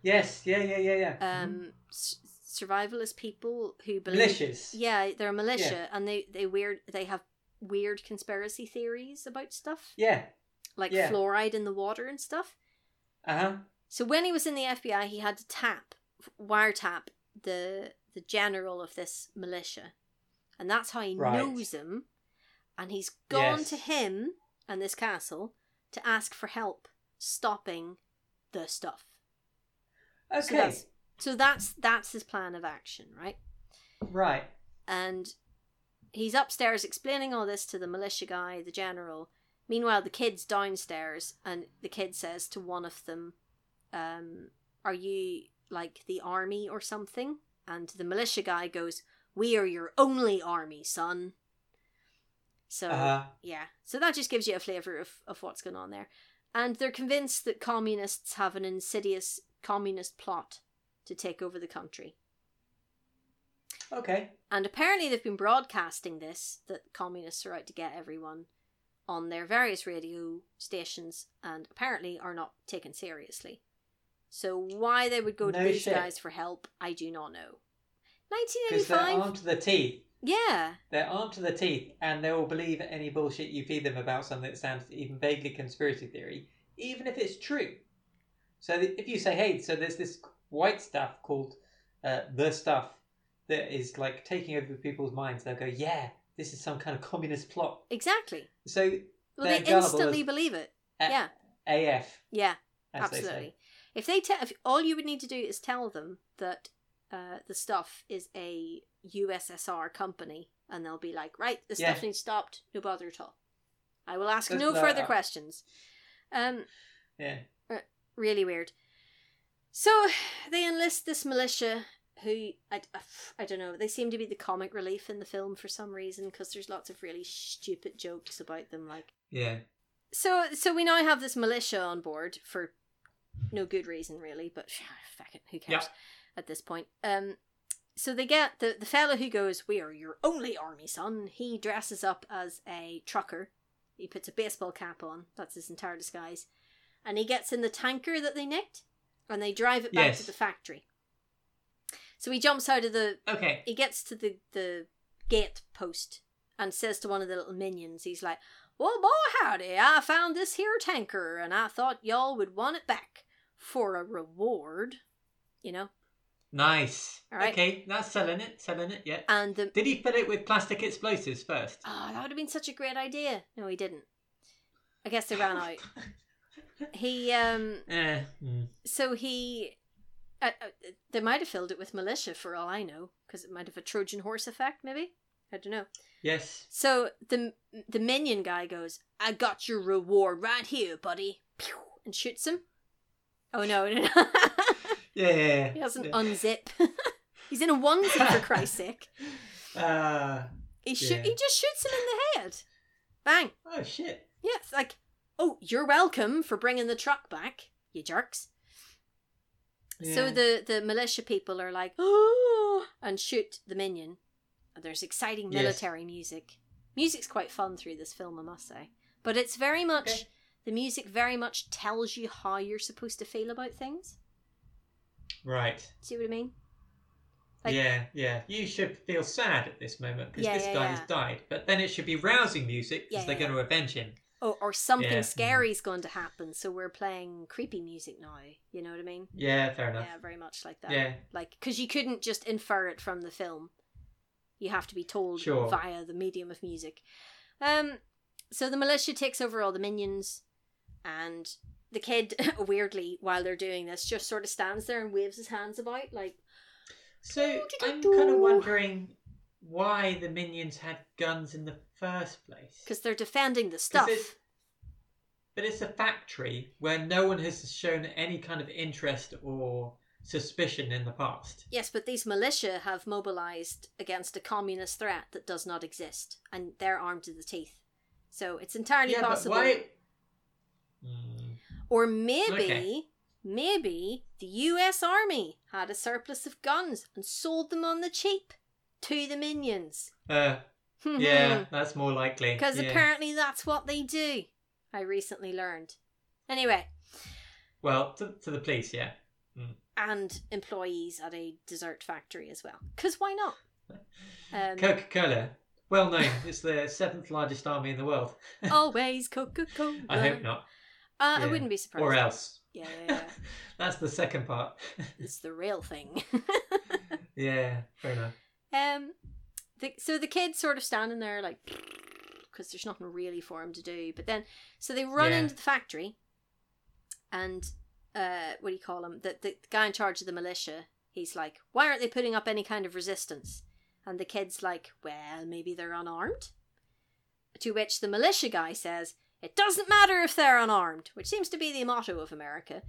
Speaker 4: Yes. Yeah. Yeah. Yeah. Yeah. Mm-hmm.
Speaker 3: um s- survivalist people who believe
Speaker 4: Malicious.
Speaker 3: yeah they're a militia and they they weird they have weird conspiracy theories about stuff
Speaker 4: Yeah.
Speaker 3: like
Speaker 4: yeah.
Speaker 3: fluoride in the water and stuff
Speaker 4: Uh huh.
Speaker 3: so when he was in the fbi he had to tap wiretap the the general of this militia and that's how he
Speaker 4: Right.
Speaker 3: knows him and he's gone to
Speaker 4: Yes.
Speaker 3: him and this castle to ask for help stopping the stuff. So
Speaker 4: Okay.
Speaker 3: that's, so that's that's his plan of action, right?
Speaker 4: right.
Speaker 3: And he's upstairs explaining all this to the militia guy, the general. Meanwhile, the kid's downstairs, and the kid says to one of them, um, Are you like the army or something? And the militia guy goes, We are your only army, son. So,
Speaker 4: Uh,
Speaker 3: yeah. So that just gives you a flavour of, of what's going on there. And they're convinced that communists have an insidious communist plot to take over the country.
Speaker 4: okay.
Speaker 3: And apparently, they've been broadcasting this that communists are out to get everyone on their various radio stations and apparently are not taken seriously. So, why they would go to
Speaker 4: No
Speaker 3: these
Speaker 4: shit.
Speaker 3: guys for help, I do not know.
Speaker 4: Because they're
Speaker 3: 1985?
Speaker 4: armed to the teeth.
Speaker 3: Yeah,
Speaker 4: They're armed to the teeth, and they will believe any bullshit you feed them about something that sounds even vaguely conspiracy theory, even if it's true. So th- if you say, "Hey, so there's this white stuff called uh, the stuff that is like taking over people's minds," they'll go, "Yeah, this is some kind of communist plot."
Speaker 3: exactly.
Speaker 4: So
Speaker 3: Well,
Speaker 4: They're
Speaker 3: they
Speaker 4: gullible
Speaker 3: instantly
Speaker 4: as-
Speaker 3: believe it.
Speaker 4: a-
Speaker 3: yeah,
Speaker 4: AF,
Speaker 3: yeah.
Speaker 4: as they
Speaker 3: Absolutely.
Speaker 4: say.
Speaker 3: If they te- if all you would need to do is tell them that uh, the stuff is a USSR company, and they'll be like, right, the stuff
Speaker 4: Yeah.
Speaker 3: needs stopped. No bother at all. I will ask
Speaker 4: Just
Speaker 3: no
Speaker 4: blow it
Speaker 3: further
Speaker 4: up.
Speaker 3: questions. Um,
Speaker 4: Yeah.
Speaker 3: really weird. So they enlist this militia who I, I don't know. They seem to be the comic relief in the film for some reason because there's lots of really stupid jokes about them, like
Speaker 4: Yeah.
Speaker 3: so so we now have this militia on board for no good reason really, but fuck it, who cares
Speaker 4: Yeah.
Speaker 3: at this point. Um so they get the the fellow who goes, "We are your only army, son." He dresses up as a trucker. He puts a baseball cap on. That's his entire disguise, and he gets in the tanker that they nicked, and they drive it back to
Speaker 4: Yes.
Speaker 3: the factory. So he jumps out of the
Speaker 4: Okay.
Speaker 3: he gets to the the gate post and says to one of the little minions, he's like, "Well, boy, howdy! I found this here tanker, and I thought y'all would want it back for a reward, you know."
Speaker 4: Nice.
Speaker 3: All right.
Speaker 4: Okay, that's selling it. Selling it. Yeah.
Speaker 3: And the
Speaker 4: Did he fill it with plastic explosives first?
Speaker 3: oh, that would have been such a great idea. No, he didn't. I guess they ran out. He um,
Speaker 4: Eh. mm.
Speaker 3: so he. Uh, uh, they might have filled it with militia for all I know, because it might have a Trojan horse effect, maybe? I don't know.
Speaker 4: Yes.
Speaker 3: So the the minion guy goes, "I got your reward right here, buddy," Pew, and shoots him. Oh no, no, no.
Speaker 4: Yeah. yeah, yeah.
Speaker 3: he doesn't
Speaker 4: Yeah.
Speaker 3: unzip. He's in a onesie for Christ's sake.
Speaker 4: Ah.
Speaker 3: He shoo-
Speaker 4: Yeah.
Speaker 3: he just shoots him in the head. Bang!
Speaker 4: oh shit.
Speaker 3: Yeah, it's like, oh, you're welcome for bringing the truck back, you jerks. So
Speaker 4: Yeah.
Speaker 3: the the militia people are like, oh, and shoot the minion. And there's exciting
Speaker 4: Yes.
Speaker 3: military music. Music's quite fun through this film, I must say. But it's very much
Speaker 4: Okay.
Speaker 3: the music very much tells you how you're supposed to feel about things.
Speaker 4: Right.
Speaker 3: See what I mean? Like-
Speaker 4: yeah, yeah. You should feel sad at this moment because
Speaker 3: Yeah,
Speaker 4: this
Speaker 3: yeah,
Speaker 4: guy
Speaker 3: yeah.
Speaker 4: has died. But then it should be rousing music because
Speaker 3: Yeah,
Speaker 4: they're
Speaker 3: yeah,
Speaker 4: going to avenge him.
Speaker 3: Oh, or something
Speaker 4: Yeah.
Speaker 3: scary's going to happen, so we're playing creepy music now. You know what I mean?
Speaker 4: Yeah, fair enough.
Speaker 3: Yeah, very much like that.
Speaker 4: Yeah,
Speaker 3: like because you couldn't just infer it from the film you have to be told
Speaker 4: Sure.
Speaker 3: via the medium of music um so the militia takes over all the minions and the kid weirdly while they're doing this just sort of stands there and waves his hands about like
Speaker 4: So I'm
Speaker 3: Do-do-do-do.
Speaker 4: kind of wondering why the minions had guns in the first place.
Speaker 3: because they're defending the
Speaker 4: 'Cause
Speaker 3: stuff
Speaker 4: it's- but it's a factory where no one has shown any kind of interest or suspicion in the past.
Speaker 3: yes but these militia have mobilized against a communist threat that does not exist and they're armed to the teeth so it's entirely
Speaker 4: yeah,
Speaker 3: possible
Speaker 4: but why? Mm,
Speaker 3: Or maybe,
Speaker 4: Okay.
Speaker 3: maybe the US Army had a surplus of guns and sold them on the cheap to the minions. Hmm.
Speaker 4: uh, yeah,
Speaker 3: Mm-hmm.
Speaker 4: that's more likely.
Speaker 3: Because
Speaker 4: yeah.
Speaker 3: apparently that's what they do. I recently learned. Anyway,
Speaker 4: Well, to, to the police, yeah.
Speaker 3: and employees at a dessert factory as well. Because why not? Um,
Speaker 4: Coca Cola, well known, it's the seventh largest army in the world.
Speaker 3: always Coca Cola.
Speaker 4: I hope not.
Speaker 3: Uh, I
Speaker 4: yeah.
Speaker 3: wouldn't be surprised.
Speaker 4: Or else.
Speaker 3: Yeah, yeah, yeah.
Speaker 4: That's the second part.
Speaker 3: it's the real thing.
Speaker 4: yeah, fair enough.
Speaker 3: Um, the, so the kid's sort of standing there like, because there's nothing really for him to do. But then, so they run
Speaker 4: Yeah.
Speaker 3: into the factory, and uh, what do you call him? The, the guy in charge of the militia. He's like, "Why aren't they putting up any kind of resistance?" And the kid's like, "Well, maybe they're unarmed." To which the militia guy says, "It doesn't matter if they're unarmed," which seems to be the motto of America.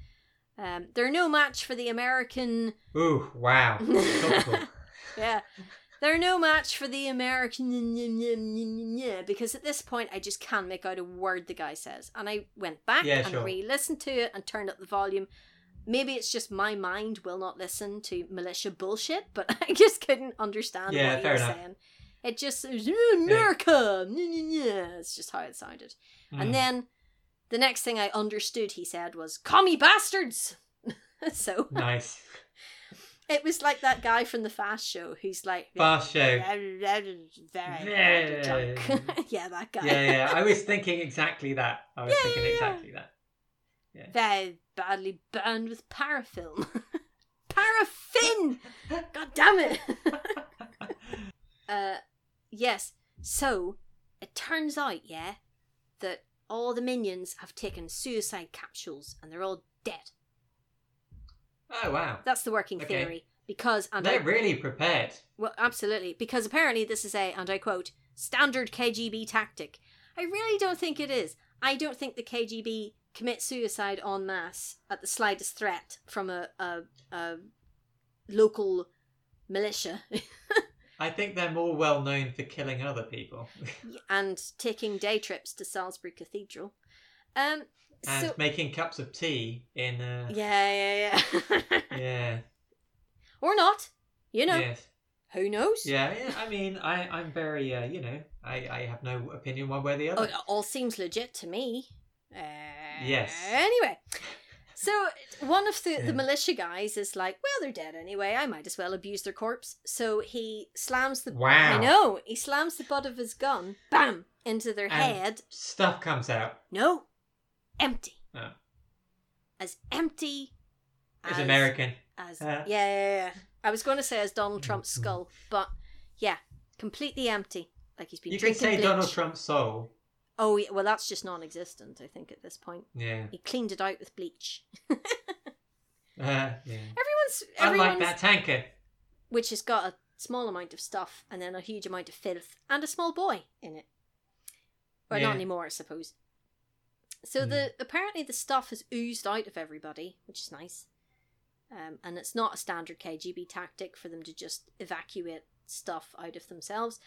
Speaker 3: Um, they're no match for the American
Speaker 4: Ooh, wow. Topical.
Speaker 3: yeah. They're no match for the American because at this point I just can't make out a word the guy says. And I went back
Speaker 4: Yeah,
Speaker 3: and
Speaker 4: sure.
Speaker 3: re listened to it and turned up the volume. Maybe it's just my mind will not listen to militia bullshit, but I just couldn't understand
Speaker 4: Yeah,
Speaker 3: what he
Speaker 4: fair
Speaker 3: was
Speaker 4: enough.
Speaker 3: saying. It just America. It's just how it sounded.
Speaker 4: Mm.
Speaker 3: And then the next thing I understood he said was commie bastards. so
Speaker 4: nice.
Speaker 3: it was like that guy from the Fast Show who's like,
Speaker 4: Fast show.
Speaker 3: very drunk. yeah, that guy.
Speaker 4: Yeah, yeah. I was thinking exactly that. I was
Speaker 3: Yeah,
Speaker 4: thinking
Speaker 3: yeah, yeah.
Speaker 4: exactly that.
Speaker 3: Very badly burned with paraffin. paraffin! God damn it! uh, yes, so it turns out, yeah, that all the minions have taken suicide capsules and they're all dead.
Speaker 4: Oh wow.
Speaker 3: That's the working
Speaker 4: Okay.
Speaker 3: theory. Because, and I
Speaker 4: They're really prepared.
Speaker 3: Well, absolutely, because apparently this is a, and I quote, standard KGB tactic. I really don't think it is. I don't think the KGB commit suicide en masse at the slightest threat from a, a, a local militia
Speaker 4: I think they're more well known for killing other people
Speaker 3: and taking day trips to Salisbury Cathedral. Um,
Speaker 4: and
Speaker 3: so,
Speaker 4: making cups of tea in. Uh,
Speaker 3: yeah, yeah, yeah.
Speaker 4: Yeah.
Speaker 3: or not. You know,
Speaker 4: Yes.
Speaker 3: who knows?
Speaker 4: Yeah, yeah. I mean, I, I'm very, uh, you know, I, I have no opinion one way or the
Speaker 3: Oh,
Speaker 4: other.
Speaker 3: it all seems legit to me. Uh,
Speaker 4: Yes.
Speaker 3: Anyway, so one of the,
Speaker 4: Yeah.
Speaker 3: the militia guys is like, well, they're dead anyway. I might as well abuse their corpse. So he slams the.
Speaker 4: wow.
Speaker 3: Oh, I know. He slams the butt of his gun, bam, into their
Speaker 4: And-
Speaker 3: head.
Speaker 4: Stuff comes out.
Speaker 3: No, empty.
Speaker 4: Oh.
Speaker 3: As empty
Speaker 4: It's American.
Speaker 3: as
Speaker 4: Uh.
Speaker 3: yeah, yeah, yeah. I was going to say as Donald Trump's
Speaker 4: Mm-hmm.
Speaker 3: skull, but yeah, completely empty. Like he's been
Speaker 4: You can
Speaker 3: drinking
Speaker 4: say
Speaker 3: bleach.
Speaker 4: Donald Trump's soul.
Speaker 3: Oh, yeah, well, that's just non-existent, I think, at this point.
Speaker 4: Yeah.
Speaker 3: He cleaned it out with bleach.
Speaker 4: Uh, yeah.
Speaker 3: Everyone's
Speaker 4: Unlike
Speaker 3: everyone's
Speaker 4: that tanker.
Speaker 3: which has got a small amount of stuff and then a huge amount of filth and a small boy in it. Well,
Speaker 4: Yeah.
Speaker 3: not anymore, I suppose. So the apparently the stuff has oozed out of everybody, which is nice. Um, and it's not a standard KGB tactic for them to just evacuate stuff out of themselves.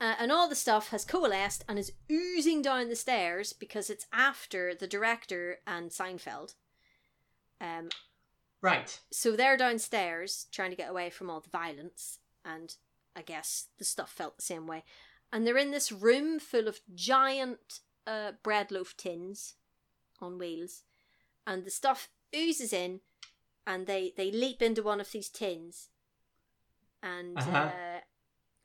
Speaker 3: Uh, and all the stuff has coalesced and is oozing down the stairs because it's after the director and Seinfeld. Um,
Speaker 4: Right.
Speaker 3: so they're downstairs trying to get away from all the violence and i guess the stuff felt the same way and they're in this room full of giant uh, bread loaf tins on wheels and the stuff oozes in and they they leap into one of these tins and uh
Speaker 4: Uh-huh.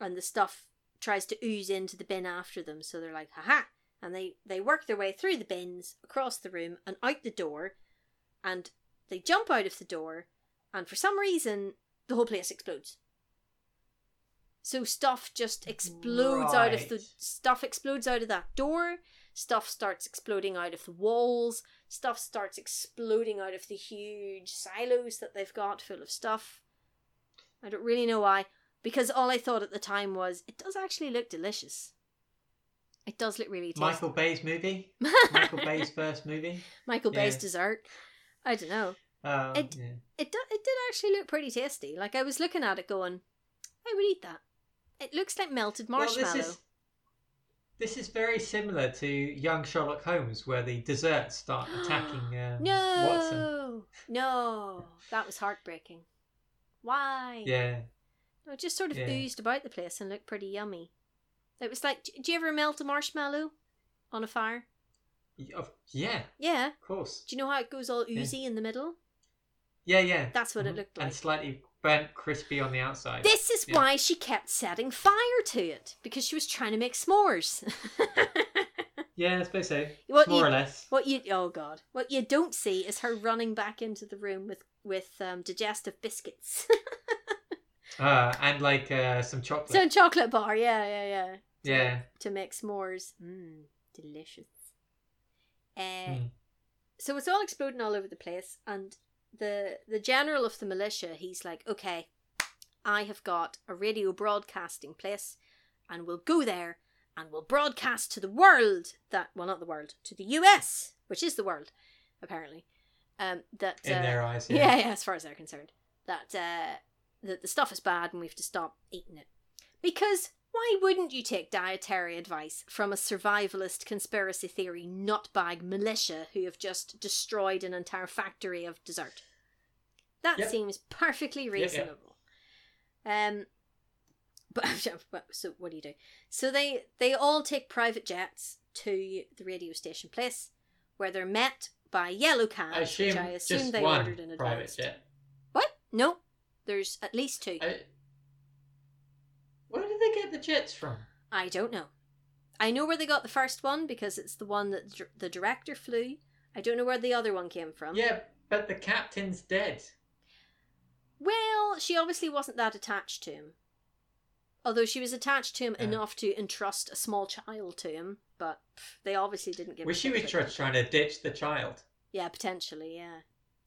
Speaker 3: and the stuff tries to ooze into the bin after them so they're like haha and they they work their way through the bins across the room and out the door and they jump out of the door and for some reason the whole place explodes so stuff just explodes out of the
Speaker 4: Right.
Speaker 3: stuff explodes out of that door stuff starts exploding out of the walls stuff starts exploding out of the huge silos that they've got full of stuff i don't really know why because all i thought at the time was it does actually look delicious it does look really tasty
Speaker 4: Michael Bay's movie. Michael Bay's first movie.
Speaker 3: Michael Bay's
Speaker 4: Yeah.
Speaker 3: dessert. I don't know.
Speaker 4: Um,
Speaker 3: It-
Speaker 4: yeah.
Speaker 3: It do- it did actually look pretty tasty. Like I was looking at it, going, I would eat that. It looks like melted marshmallow.
Speaker 4: Well, this is this is very similar to Young Sherlock Holmes, where the desserts start attacking um,
Speaker 3: no,
Speaker 4: Watson.
Speaker 3: no, that was heartbreaking. Why?
Speaker 4: Yeah,
Speaker 3: No, it just sort of
Speaker 4: Yeah.
Speaker 3: oozed about the place and looked pretty yummy. It was like, do you ever melt a marshmallow on a fire?
Speaker 4: Y- of- yeah,
Speaker 3: Yeah.
Speaker 4: of course.
Speaker 3: Do you know how it goes all oozy in the middle?
Speaker 4: Yeah, yeah.
Speaker 3: That's what it
Speaker 4: Mhm.
Speaker 3: looked
Speaker 4: And
Speaker 3: like.
Speaker 4: slightly burnt, crispy on the outside.
Speaker 3: This is
Speaker 4: Yeah.
Speaker 3: why she kept setting fire to it because she was trying to make s'mores.
Speaker 4: Yeah, I suppose so.
Speaker 3: What
Speaker 4: More
Speaker 3: you-
Speaker 4: or less.
Speaker 3: What you oh god, what you don't see is her running back into the room with with um, digestive biscuits,
Speaker 4: Uh, and like uh, some chocolate.
Speaker 3: so a chocolate bar, yeah, yeah, yeah. to,
Speaker 4: Yeah.
Speaker 3: to make s'mores. Mmm, delicious. Uh,
Speaker 4: Mm.
Speaker 3: So it's all exploding all over the place, and the the general of the militia, he's like, okay, I have got a radio broadcasting place, and we'll go there and we'll broadcast to the world that well, not the world, to the U.S., which is the world, apparently. Um, that
Speaker 4: In
Speaker 3: uh,
Speaker 4: their eyes, yeah.
Speaker 3: yeah, yeah, as far as they're concerned, that uh, that the stuff is bad and we have to stop eating it. Because why wouldn't you take dietary advice from a survivalist conspiracy theory nutbag militia who have just destroyed an entire factory of dessert? That
Speaker 4: Yep.
Speaker 3: seems perfectly
Speaker 4: yeah.
Speaker 3: reasonable. Um, but but- so what do you do? So they they all take private jets to the radio station place, where they're met by yellow cabs,
Speaker 4: I assume,
Speaker 3: which I assume
Speaker 4: just
Speaker 3: they
Speaker 4: one
Speaker 3: ordered in
Speaker 4: private
Speaker 3: advance.
Speaker 4: jet.
Speaker 3: What? No, there's at least two. I,
Speaker 4: I... Where did they get the jets from?
Speaker 3: don't know. I know where they got the first one because it's the one that dir- the director flew. I don't know where the other one came from.
Speaker 4: Yeah, but the captain's dead.
Speaker 3: Well, she obviously wasn't that attached to him. Although she was attached to him
Speaker 4: Yeah.
Speaker 3: enough to entrust a small child to him, but pff, they obviously didn't give. a
Speaker 4: Wish he
Speaker 3: shit
Speaker 4: was
Speaker 3: about
Speaker 4: just
Speaker 3: that.
Speaker 4: trying to ditch the child.
Speaker 3: Yeah, potentially. Yeah.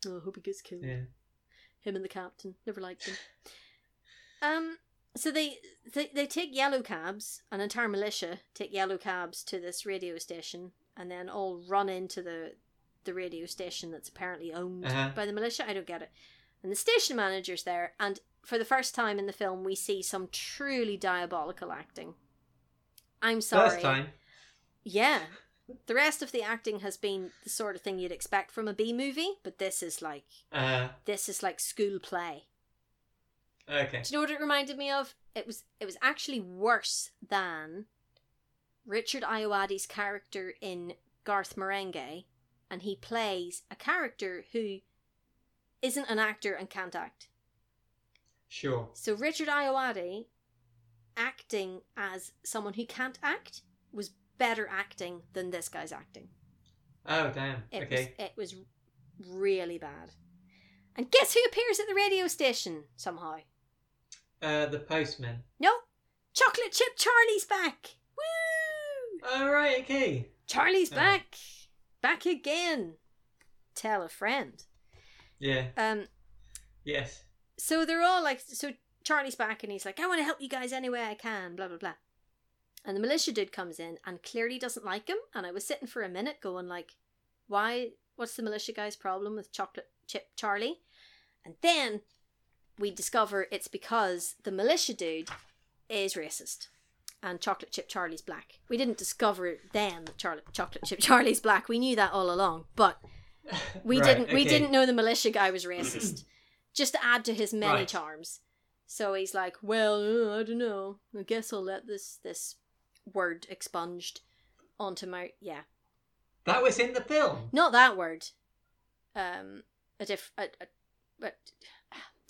Speaker 3: Oh, I hope he gets killed.
Speaker 4: Yeah.
Speaker 3: him and the captain never liked him um so they, they they take yellow cabs an entire militia take yellow cabs to this radio station and then all run into the the radio station that's apparently owned
Speaker 4: Uh-huh.
Speaker 3: by the militia i don't get it and the station manager's there and for the first time in the film we see some truly diabolical acting i'm sorry
Speaker 4: First time.
Speaker 3: yeah. The rest of the acting has been the sort of thing you'd expect from a B movie, but this is like
Speaker 4: Uh,
Speaker 3: this is like school play.
Speaker 4: okay.
Speaker 3: Do you know what it reminded me of? It was it was actually worse than Richard Iowadi's character in Garth Marenghi, and he plays a character who isn't an actor and can't act.
Speaker 4: Sure.
Speaker 3: So Richard Iowadi acting as someone who can't act was better acting than this guy's acting.
Speaker 4: Oh, damn.
Speaker 3: It
Speaker 4: okay.
Speaker 3: was it was really bad. And guess who appears at the radio station somehow?
Speaker 4: Uh, the postman.
Speaker 3: No, chocolate chip Charlie's back. Woo!
Speaker 4: All right. Okay.
Speaker 3: Charlie's
Speaker 4: Oh.
Speaker 3: back, back again. Tell a friend.
Speaker 4: Yeah.
Speaker 3: Um.
Speaker 4: Yes.
Speaker 3: So they're all like, so Charlie's back, and he's like, I want to help you guys any way I can. Blah blah blah. And the militia dude comes in and clearly doesn't like him. And I was sitting for a minute going like, why? What's the militia guy's problem with chocolate chip Charlie? And then we discover it's because the militia dude is racist. and Chocolate Chip Charlie's black. We didn't discover then that Charlie, Chocolate Chip Charlie's black. We knew that all along, but we
Speaker 4: Right,
Speaker 3: didn't. We
Speaker 4: okay.
Speaker 3: didn't know the militia guy was racist. just to add to his many
Speaker 4: Right.
Speaker 3: charms. So he's like, "Well, uh, I don't know. I guess I'll let this this word expunged onto my yeah,
Speaker 4: That was in the film.
Speaker 3: not that word, um, a diff a, a, but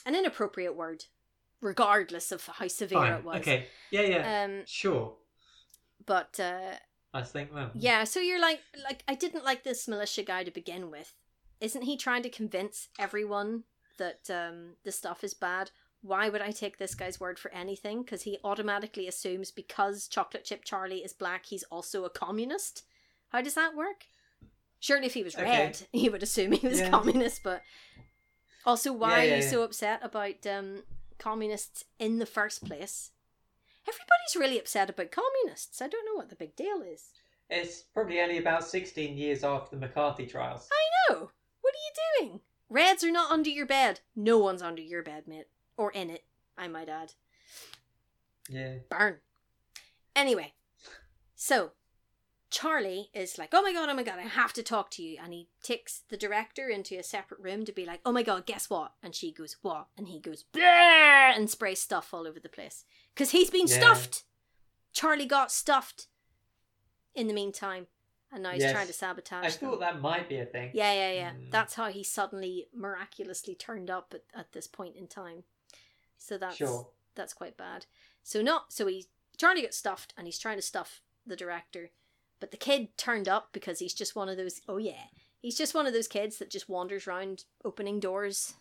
Speaker 3: an inappropriate word, regardless of how severe
Speaker 4: Fine.
Speaker 3: it was.
Speaker 4: Okay. Yeah. Yeah.
Speaker 3: Um,
Speaker 4: sure.
Speaker 3: but uh.
Speaker 4: I think. Well,
Speaker 3: Yeah, so you're like like I didn't like this militia guy to begin with. Isn't he trying to convince everyone that um the stuff is bad? Why would I take this guy's word for anything? Because he automatically assumes because Chocolate Chip Charlie is black, he's also a communist. How does that work? Surely, if he was
Speaker 4: Okay.
Speaker 3: red, he would assume he was
Speaker 4: Yeah.
Speaker 3: communist. But also, why
Speaker 4: Yeah, yeah,
Speaker 3: are you
Speaker 4: yeah.
Speaker 3: so upset about um, communists in the first place? Everybody's really upset about communists. I don't know what the big deal is.
Speaker 4: It's probably only about 16 years after the McCarthy trials.
Speaker 3: No. What are you doing? Reds are not under your bed. No one's under your bed, mate. Or in it, I might add.
Speaker 4: Yeah.
Speaker 3: Burn. Anyway, so Charlie is like, oh my god, oh my god, I have to talk to you. And he takes the director into a separate room to be like, oh my god, guess what? And she goes, what? And he goes, Bleh! and sprays stuff all over the place. Because he's been
Speaker 4: Yeah.
Speaker 3: stuffed. Charlie got stuffed in the meantime. And now he's
Speaker 4: Yes.
Speaker 3: trying to sabotage
Speaker 4: I
Speaker 3: them.
Speaker 4: thought that might be a thing.
Speaker 3: Yeah, yeah, yeah.
Speaker 4: Mm.
Speaker 3: That's how he suddenly miraculously turned up at, at this point in time. So that's
Speaker 4: Sure.
Speaker 3: that's quite bad. So not so he Charlie gets stuffed and he's trying to stuff the director, but the kid turned up because he's just one of those oh yeah. He's just one of those kids that just wanders around opening doors.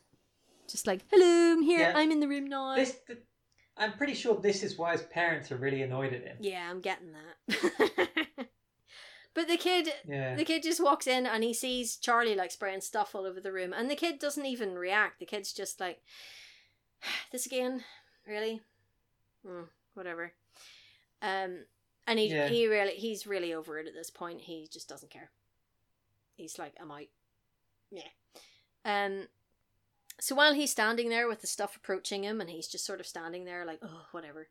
Speaker 3: Just like, hello, I'm here,
Speaker 4: Yeah.
Speaker 3: I'm in the room now.
Speaker 4: This, th- I'm pretty sure this is why his parents are really annoyed at him.
Speaker 3: Yeah, I'm getting that. but the kid
Speaker 4: Yeah.
Speaker 3: the kid just walks in and he sees Charlie like spraying stuff all over the room and the kid doesn't even react. The kid's just like this again, really? Mm, whatever. Um and he
Speaker 4: Yeah.
Speaker 3: he really he's really over it at this point. He just doesn't care. He's like, I'm out. Yeah. Um so while he's standing there with the stuff approaching him and he's just sort of standing there like, oh, whatever.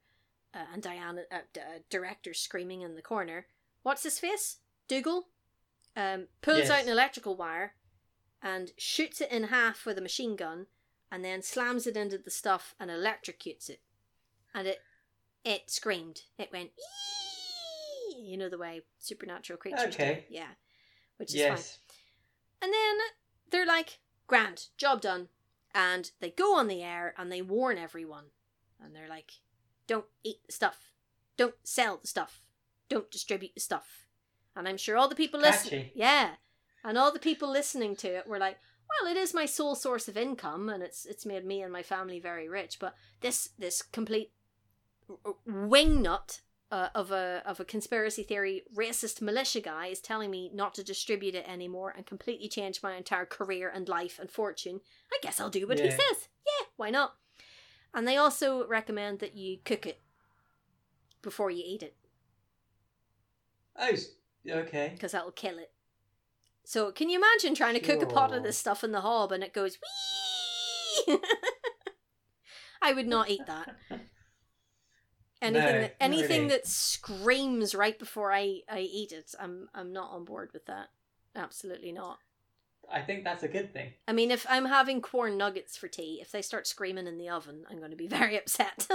Speaker 3: Uh, and Diana, uh, d- uh, director screaming in the corner. What's his face? Dougal um, pulls
Speaker 4: Yes.
Speaker 3: out an electrical wire and shoots it in half with a machine gun and then slams it into the stuff and electrocutes it. And it it screamed. It went, "Ee!" you know, the way supernatural creatures do.
Speaker 4: Okay.
Speaker 3: Yeah. Which is fine.
Speaker 4: Yes.
Speaker 3: And then they're like, Grant, job done. And they go on the air and they warn everyone. And they're like, don't eat the stuff. Don't sell the stuff. Don't distribute the stuff. And I'm sure all the people listening.
Speaker 4: Catchy.
Speaker 3: Yeah. And all the people listening to it were like, well, it is my sole source of income and it's it's made me and my family very rich, but this this complete wingnut uh, of a of a conspiracy theory racist militia guy is telling me not to distribute it anymore and completely change my entire career and life and fortune. I guess I'll do what he
Speaker 4: Yeah.
Speaker 3: says. Yeah, why not? And they also recommend that you cook it before you eat it
Speaker 4: Oh, s- okay.
Speaker 3: because that'll kill it. So can you imagine trying to cook a pot
Speaker 4: Sure.
Speaker 3: of this stuff in the hob and it goes wee? I would not eat that. Anything
Speaker 4: No,
Speaker 3: that,
Speaker 4: not really.
Speaker 3: anything that screams right before I, I eat it, I'm I'm not on board with that. Absolutely not.
Speaker 4: I think that's a good thing.
Speaker 3: I mean, if I'm having corn nuggets for tea, if they start screaming in the oven, I'm going to be very upset.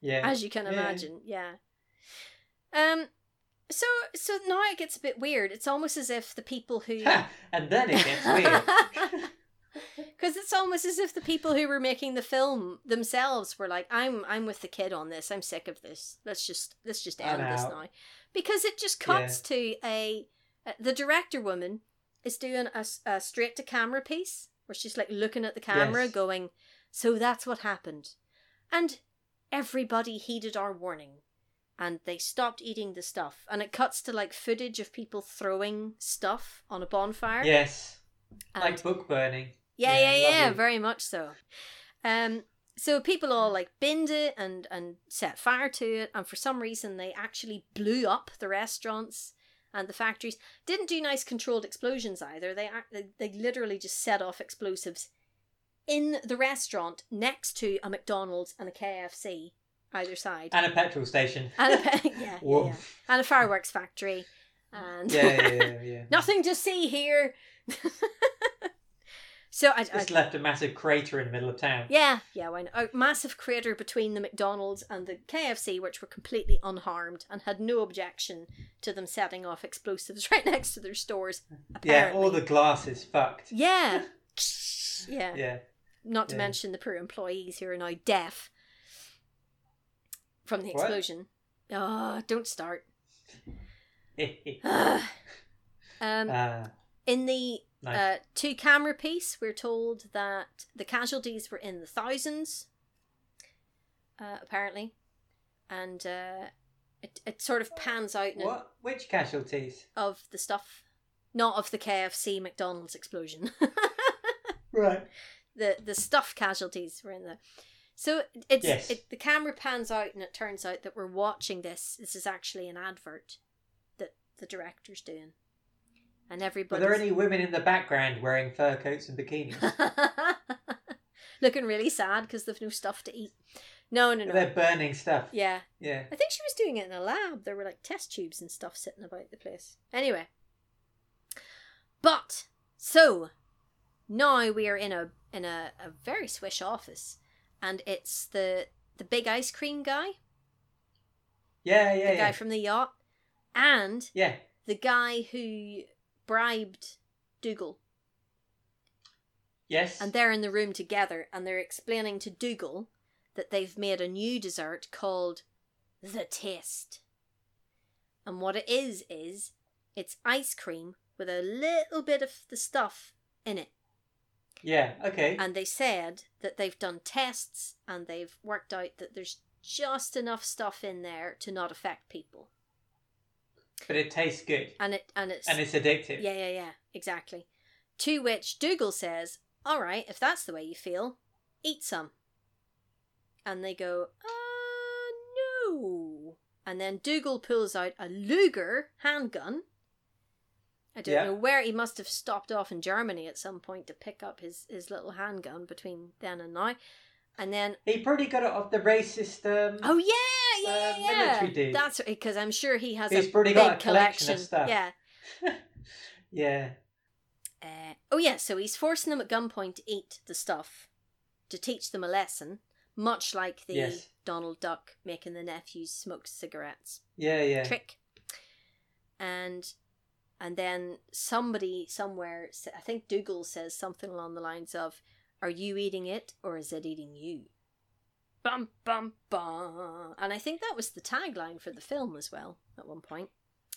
Speaker 4: Yeah.
Speaker 3: as you can
Speaker 4: Yeah.
Speaker 3: imagine yeah um so so now it gets a bit weird it's almost as if the people who
Speaker 4: and then it gets weird.
Speaker 3: because it's almost as if the people who were making the film themselves were like i'm i'm with the kid on this i'm sick of this let's just let's just
Speaker 4: I'm
Speaker 3: end this
Speaker 4: out.
Speaker 3: now because it just cuts to a uh, the director woman is doing a, straight to camera piece where she's like looking at the camera
Speaker 4: Yes.
Speaker 3: going so that's what happened and everybody heeded our warning and they stopped eating the stuff and it cuts to like footage of people throwing stuff on a bonfire
Speaker 4: yes.
Speaker 3: and
Speaker 4: Like book burning.
Speaker 3: yeah, yeah,
Speaker 4: Yeah,
Speaker 3: yeah,
Speaker 4: lovely.
Speaker 3: very much so. Um, so people all like binned it and and set fire to it, and for some reason they actually blew up the restaurants and the factories. Didn't do nice controlled explosions either. They ac- they, they literally just set off explosives in the restaurant next to a McDonald's and a KFC either side,
Speaker 4: And a petrol station.
Speaker 3: and a pe- yeah, yeah,
Speaker 4: Whoa.
Speaker 3: yeah. and a fireworks factory, and
Speaker 4: yeah, yeah, yeah, yeah.
Speaker 3: nothing to see here. so I, I
Speaker 4: Just left a massive crater in the middle of town.
Speaker 3: Yeah, yeah, why not? A massive crater between the McDonald's and the KFC, which were completely unharmed and had no objection to them setting off explosives right next to their stores.
Speaker 4: Yeah, all
Speaker 3: apparently.
Speaker 4: the glass is fucked.
Speaker 3: Yeah. yeah.
Speaker 4: Yeah.
Speaker 3: Not to
Speaker 4: Yeah.
Speaker 3: mention the poor employees who are now deaf from the
Speaker 4: What?
Speaker 3: explosion. Ah, don't start.
Speaker 4: Ah,
Speaker 3: Ugh. um,
Speaker 4: Uh,
Speaker 3: in the
Speaker 4: nice.
Speaker 3: uh, two camera piece, we're told that the casualties were in the thousands, uh, apparently, and uh, it, it sort of pans out in-
Speaker 4: what? Which casualties?
Speaker 3: of the stuff, not of the KFC McDonald's explosion.
Speaker 4: Right.
Speaker 3: the the stuff casualties were in there. So it's
Speaker 4: Yes.
Speaker 3: it, the camera pans out and it turns out that we're watching this. This is actually an advert that the director's doing, and
Speaker 4: Were
Speaker 3: everybody.
Speaker 4: there any women in the background wearing fur coats and bikinis?
Speaker 3: Looking really sad because they've no stuff to eat. No, no, no.
Speaker 4: They're burning stuff.
Speaker 3: Yeah.
Speaker 4: Yeah.
Speaker 3: I think she was doing it in a lab. There were like test tubes and stuff sitting about the place. Anyway. But so now we are in a in a, a very swish office and it's the the big ice cream guy,
Speaker 4: Yeah, yeah,
Speaker 3: the guy
Speaker 4: yeah.
Speaker 3: from the yacht, and
Speaker 4: yeah.
Speaker 3: the guy who bribed Dougal.
Speaker 4: Yes.
Speaker 3: And they're in the room together and they're explaining to Dougal that they've made a new dessert called the taste. And what it is, is it's ice cream with a little bit of the stuff in it.
Speaker 4: Yeah. Okay.
Speaker 3: and they said that they've done tests and they've worked out that there's just enough stuff in there to not affect people
Speaker 4: but it tastes good
Speaker 3: and it and it's
Speaker 4: and it's addictive.
Speaker 3: yeah yeah yeah exactly to which dougal says all right if that's the way you feel eat some and they go uh no and then dougal pulls out a luger handgun i don't
Speaker 4: Yeah.
Speaker 3: know where he must have stopped off in germany at some point to pick up his his little handgun between then and now and then
Speaker 4: He probably got it off the racist. Um,
Speaker 3: Oh yeah,
Speaker 4: uh,
Speaker 3: yeah, yeah.
Speaker 4: military
Speaker 3: yeah.
Speaker 4: dude.
Speaker 3: That's because I'm sure he has
Speaker 4: He's
Speaker 3: a
Speaker 4: probably
Speaker 3: big
Speaker 4: got a
Speaker 3: collection.
Speaker 4: collection of stuff.
Speaker 3: Yeah.
Speaker 4: Yeah.
Speaker 3: Uh, oh yeah, so he's forcing them at gunpoint to eat the stuff to teach them a lesson, much like the
Speaker 4: Yes.
Speaker 3: Donald Duck making the nephews smoke cigarettes
Speaker 4: Yeah. Yeah.
Speaker 3: trick. And and then somebody somewhere, sa- I think Dougal says something along the lines of, "Are you eating it or is it eating you?" Bum bum bum. And I think that was the tagline for the film as well at one point.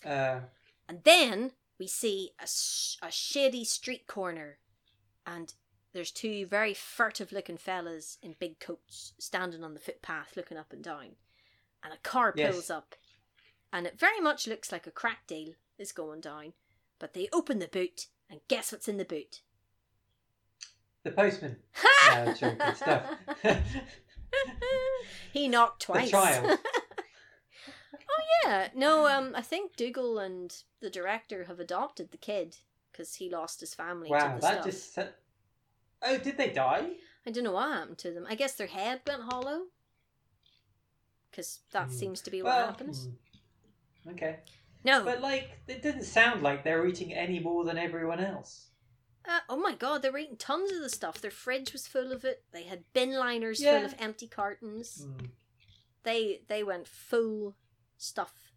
Speaker 4: Uh,
Speaker 3: And then we see a, sh- a shady street corner, and there's two very furtive looking fellas in big coats standing on the footpath looking up and down. And a car
Speaker 4: Yes.
Speaker 3: pulls up, and it very much looks like a crack deal is going down. But they open the boot, and guess what's in the boot?
Speaker 4: the postman. No, true, good stuff.
Speaker 3: he knocked
Speaker 4: the
Speaker 3: twice.
Speaker 4: child.
Speaker 3: Yeah, no, um, I think Dougal and the director have adopted the kid because he lost his family to
Speaker 4: Wow.
Speaker 3: the
Speaker 4: That
Speaker 3: stuff.
Speaker 4: just. Set... Oh, did they die?
Speaker 3: I don't know what happened to them. I guess their head went hollow. Because that
Speaker 4: Hmm.
Speaker 3: seems to be what
Speaker 4: well.
Speaker 3: happens. Oh.
Speaker 4: hmm. Okay.
Speaker 3: No.
Speaker 4: But like, it didn't sound like they were eating any more than everyone else.
Speaker 3: Uh, oh my god, they were eating tons of the stuff. Their fridge was full of it. They had bin liners
Speaker 4: Yeah.
Speaker 3: full of empty cartons.
Speaker 4: Hmm,
Speaker 3: They they went full stuff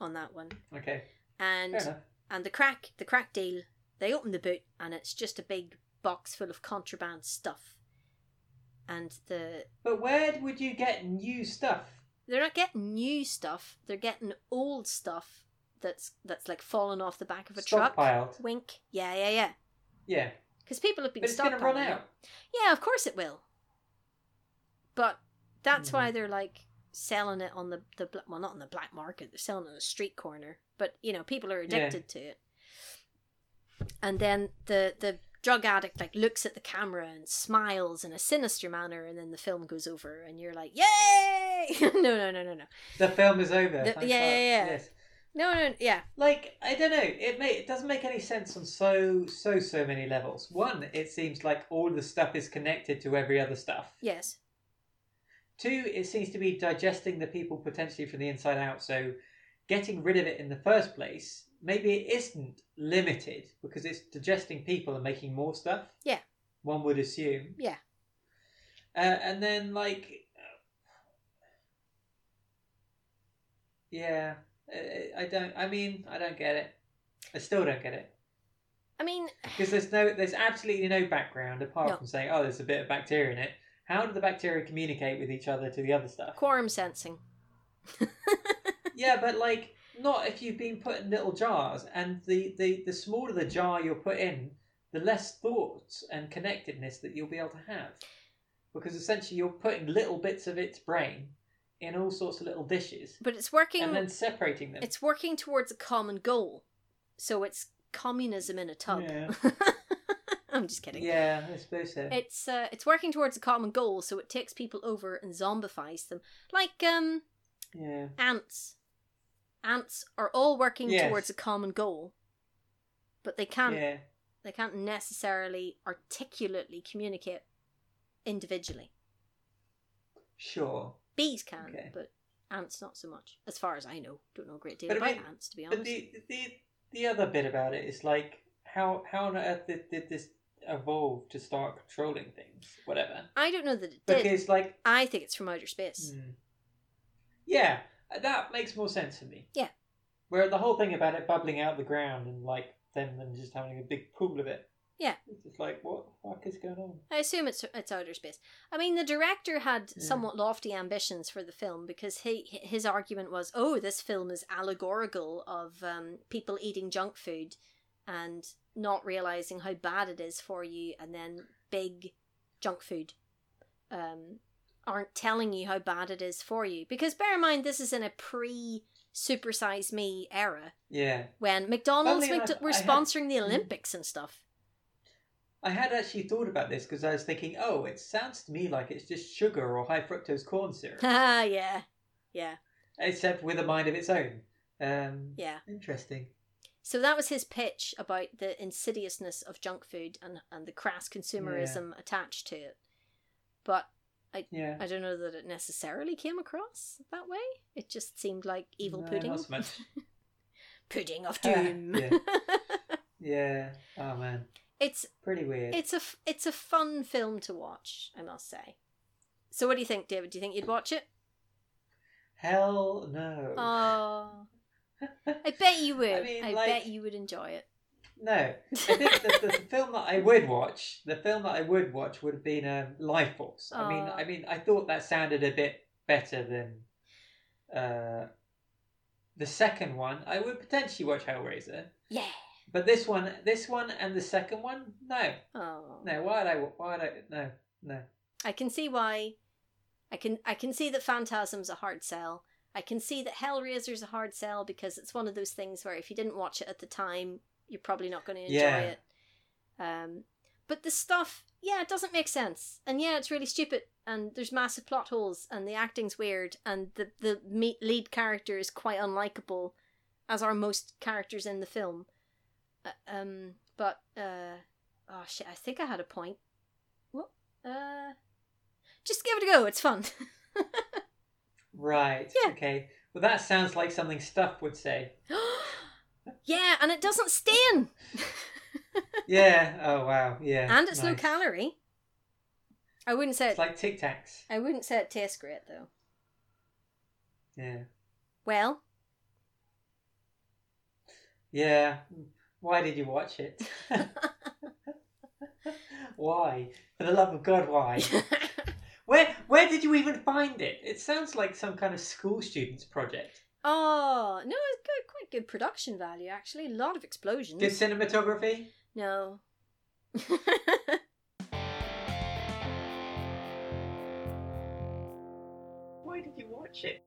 Speaker 3: on that one.
Speaker 4: okay.
Speaker 3: And
Speaker 4: Fair enough.
Speaker 3: and the crack the crack deal, they open the boot and it's just a big box full of contraband stuff. And the
Speaker 4: But where would you get new stuff?
Speaker 3: they're not getting new stuff. They're getting old stuff that's that's like fallen off the back of a truck.
Speaker 4: Stockpiled.
Speaker 3: Wink. Yeah, yeah, yeah.
Speaker 4: Yeah.
Speaker 3: Because people have been
Speaker 4: But it's going to run
Speaker 3: stockpiling it.
Speaker 4: out.
Speaker 3: Yeah, of course it will. But that's
Speaker 4: Mhm.
Speaker 3: why they're like selling it on the the bla- well, not on the black market. They're selling it on the street corner. But you know, people are
Speaker 4: Yeah.
Speaker 3: addicted to it. And then the the drug addict like looks at the camera and smiles in a sinister manner, and then the film goes over, and you're like, yay! no, no, no, no, no.
Speaker 4: The film is over.
Speaker 3: The-
Speaker 4: thank
Speaker 3: yeah,
Speaker 4: God.
Speaker 3: yeah, yeah.
Speaker 4: Yes.
Speaker 3: No, no, yeah.
Speaker 4: Like I don't know, it may it doesn't make any sense on so so so many levels. One, it seems like all the stuff is connected to every other stuff.
Speaker 3: Yes.
Speaker 4: Two, it seems to be digesting the people potentially from the inside out. So getting rid of it in the first place, maybe it isn't limited because it's digesting people and making more stuff.
Speaker 3: Yeah.
Speaker 4: One would assume.
Speaker 3: Yeah.
Speaker 4: Uh, and then, like, yeah, I- I don't, I mean, I don't get it. I still don't get it.
Speaker 3: I mean,
Speaker 4: Because there's no, there's absolutely no background apart
Speaker 3: No.
Speaker 4: from saying, oh, there's a bit of bacteria in it. How do the bacteria communicate with each other to the other stuff?
Speaker 3: quorum sensing.
Speaker 4: yeah, but like, not if you've been put in little jars, and the the the smaller the jar you're put in, the less thoughts and connectedness that you'll be able to have, because essentially you're putting little bits of its brain in all sorts of little dishes,
Speaker 3: But it's working.
Speaker 4: and then separating them.
Speaker 3: It's working towards a common goal. So it's communism in a tub.
Speaker 4: Yeah.
Speaker 3: I'm just kidding.
Speaker 4: yeah, I suppose so.
Speaker 3: It's uh, it's working towards a common goal, so it takes people over and zombifies them, like um
Speaker 4: yeah,
Speaker 3: ants. Ants are all working
Speaker 4: Yes.
Speaker 3: towards a common goal, but they can't
Speaker 4: yeah,
Speaker 3: they can't necessarily articulately communicate individually.
Speaker 4: sure.
Speaker 3: Bees can,
Speaker 4: Okay.
Speaker 3: but ants not so much, as far as I know. Don't know a great deal
Speaker 4: But I
Speaker 3: about
Speaker 4: mean-
Speaker 3: ants, to be honest.
Speaker 4: But the the the other bit about it is like how how on earth did, did this evolve to start controlling things? Whatever.
Speaker 3: I don't know that it did.
Speaker 4: Because like
Speaker 3: I think it's from outer space.
Speaker 4: Mm. Yeah, uh, that makes more sense to me.
Speaker 3: Yeah.
Speaker 4: Where the whole thing about it bubbling out of the ground and like them them just having a big pool of it.
Speaker 3: Yeah.
Speaker 4: It's just like what the fuck is going on?
Speaker 3: I assume it's it's outer space. I mean, the director had
Speaker 4: Yeah.
Speaker 3: somewhat lofty ambitions for the film because he his argument was, oh, this film is allegorical of um, people eating junk food and not realizing how bad it is for you, and then big junk food um, aren't telling you how bad it is for you. Because bear in mind, this is in a pre supersize me era
Speaker 4: Yeah.
Speaker 3: when McDonald's
Speaker 4: Funnily
Speaker 3: Mc-
Speaker 4: enough,
Speaker 3: were
Speaker 4: I had- Mm-hmm.
Speaker 3: sponsoring the Olympics and stuff.
Speaker 4: I had actually thought about this because I was thinking, oh, it sounds to me like it's just sugar or high fructose corn syrup,
Speaker 3: Ah, yeah, yeah,
Speaker 4: except with a mind of its own. Um,
Speaker 3: yeah.
Speaker 4: Interesting.
Speaker 3: So that was his pitch about the insidiousness of junk food and, and the crass consumerism attached to it. But
Speaker 4: Yeah.
Speaker 3: I don't know that it necessarily came across that way. It just seemed like evil
Speaker 4: No,
Speaker 3: pudding.
Speaker 4: Not so much.
Speaker 3: pudding of
Speaker 4: Ah,
Speaker 3: doom.
Speaker 4: yeah. Yeah. Oh man,
Speaker 3: it's
Speaker 4: pretty weird.
Speaker 3: it's a f- it's a fun film to watch, I must say. So what do you think, David? Do you think you'd watch it?
Speaker 4: Hell no.
Speaker 3: Oh, I bet you would. I,
Speaker 4: mean, like-
Speaker 3: bet you would enjoy it.
Speaker 4: no. I think the, the, the film that I would watch, the film that I would watch would have been um, Life Force. I mean,
Speaker 3: Aw.
Speaker 4: I mean, I thought that sounded a bit better than uh, the second one. I would potentially watch Hellraiser.
Speaker 3: yeah.
Speaker 4: But this one, this one, and the second one, no,
Speaker 3: Oh.
Speaker 4: no. Why would I? Why would I? No, no.
Speaker 3: I can see why. I can I can see that Phantasm's a hard sell. I can see that Hellraiser's a hard sell because it's one of those things where if you didn't watch it at the time, you're probably not going to enjoy
Speaker 4: Yeah.
Speaker 3: it. Um, but the stuff, yeah, it doesn't make sense, and yeah, it's really stupid, and there's massive plot holes, and the acting's weird, and the the me- lead character is quite unlikable, as are most characters in the film. Uh, um, but uh, oh shit, I think I had a point. What? Uh, just give it a go. It's fun.
Speaker 4: Right.
Speaker 3: Yeah.
Speaker 4: Okay. Well, that sounds like something Stuff would say.
Speaker 3: yeah, and it doesn't stain,
Speaker 4: Yeah. oh wow. Yeah.
Speaker 3: and it's low
Speaker 4: nice.
Speaker 3: calorie. I wouldn't say it.
Speaker 4: It's like Tic Tacs.
Speaker 3: I wouldn't say it tastes great though.
Speaker 4: Yeah.
Speaker 3: Well,
Speaker 4: Yeah. Why did you watch it? why? For the love of God, why? Where Where did you even find it? It sounds like some kind of school students' project.
Speaker 3: oh no, it's good, quite good production value actually. A lot of explosions.
Speaker 4: Good cinematography.
Speaker 3: No.
Speaker 4: Why did you watch it?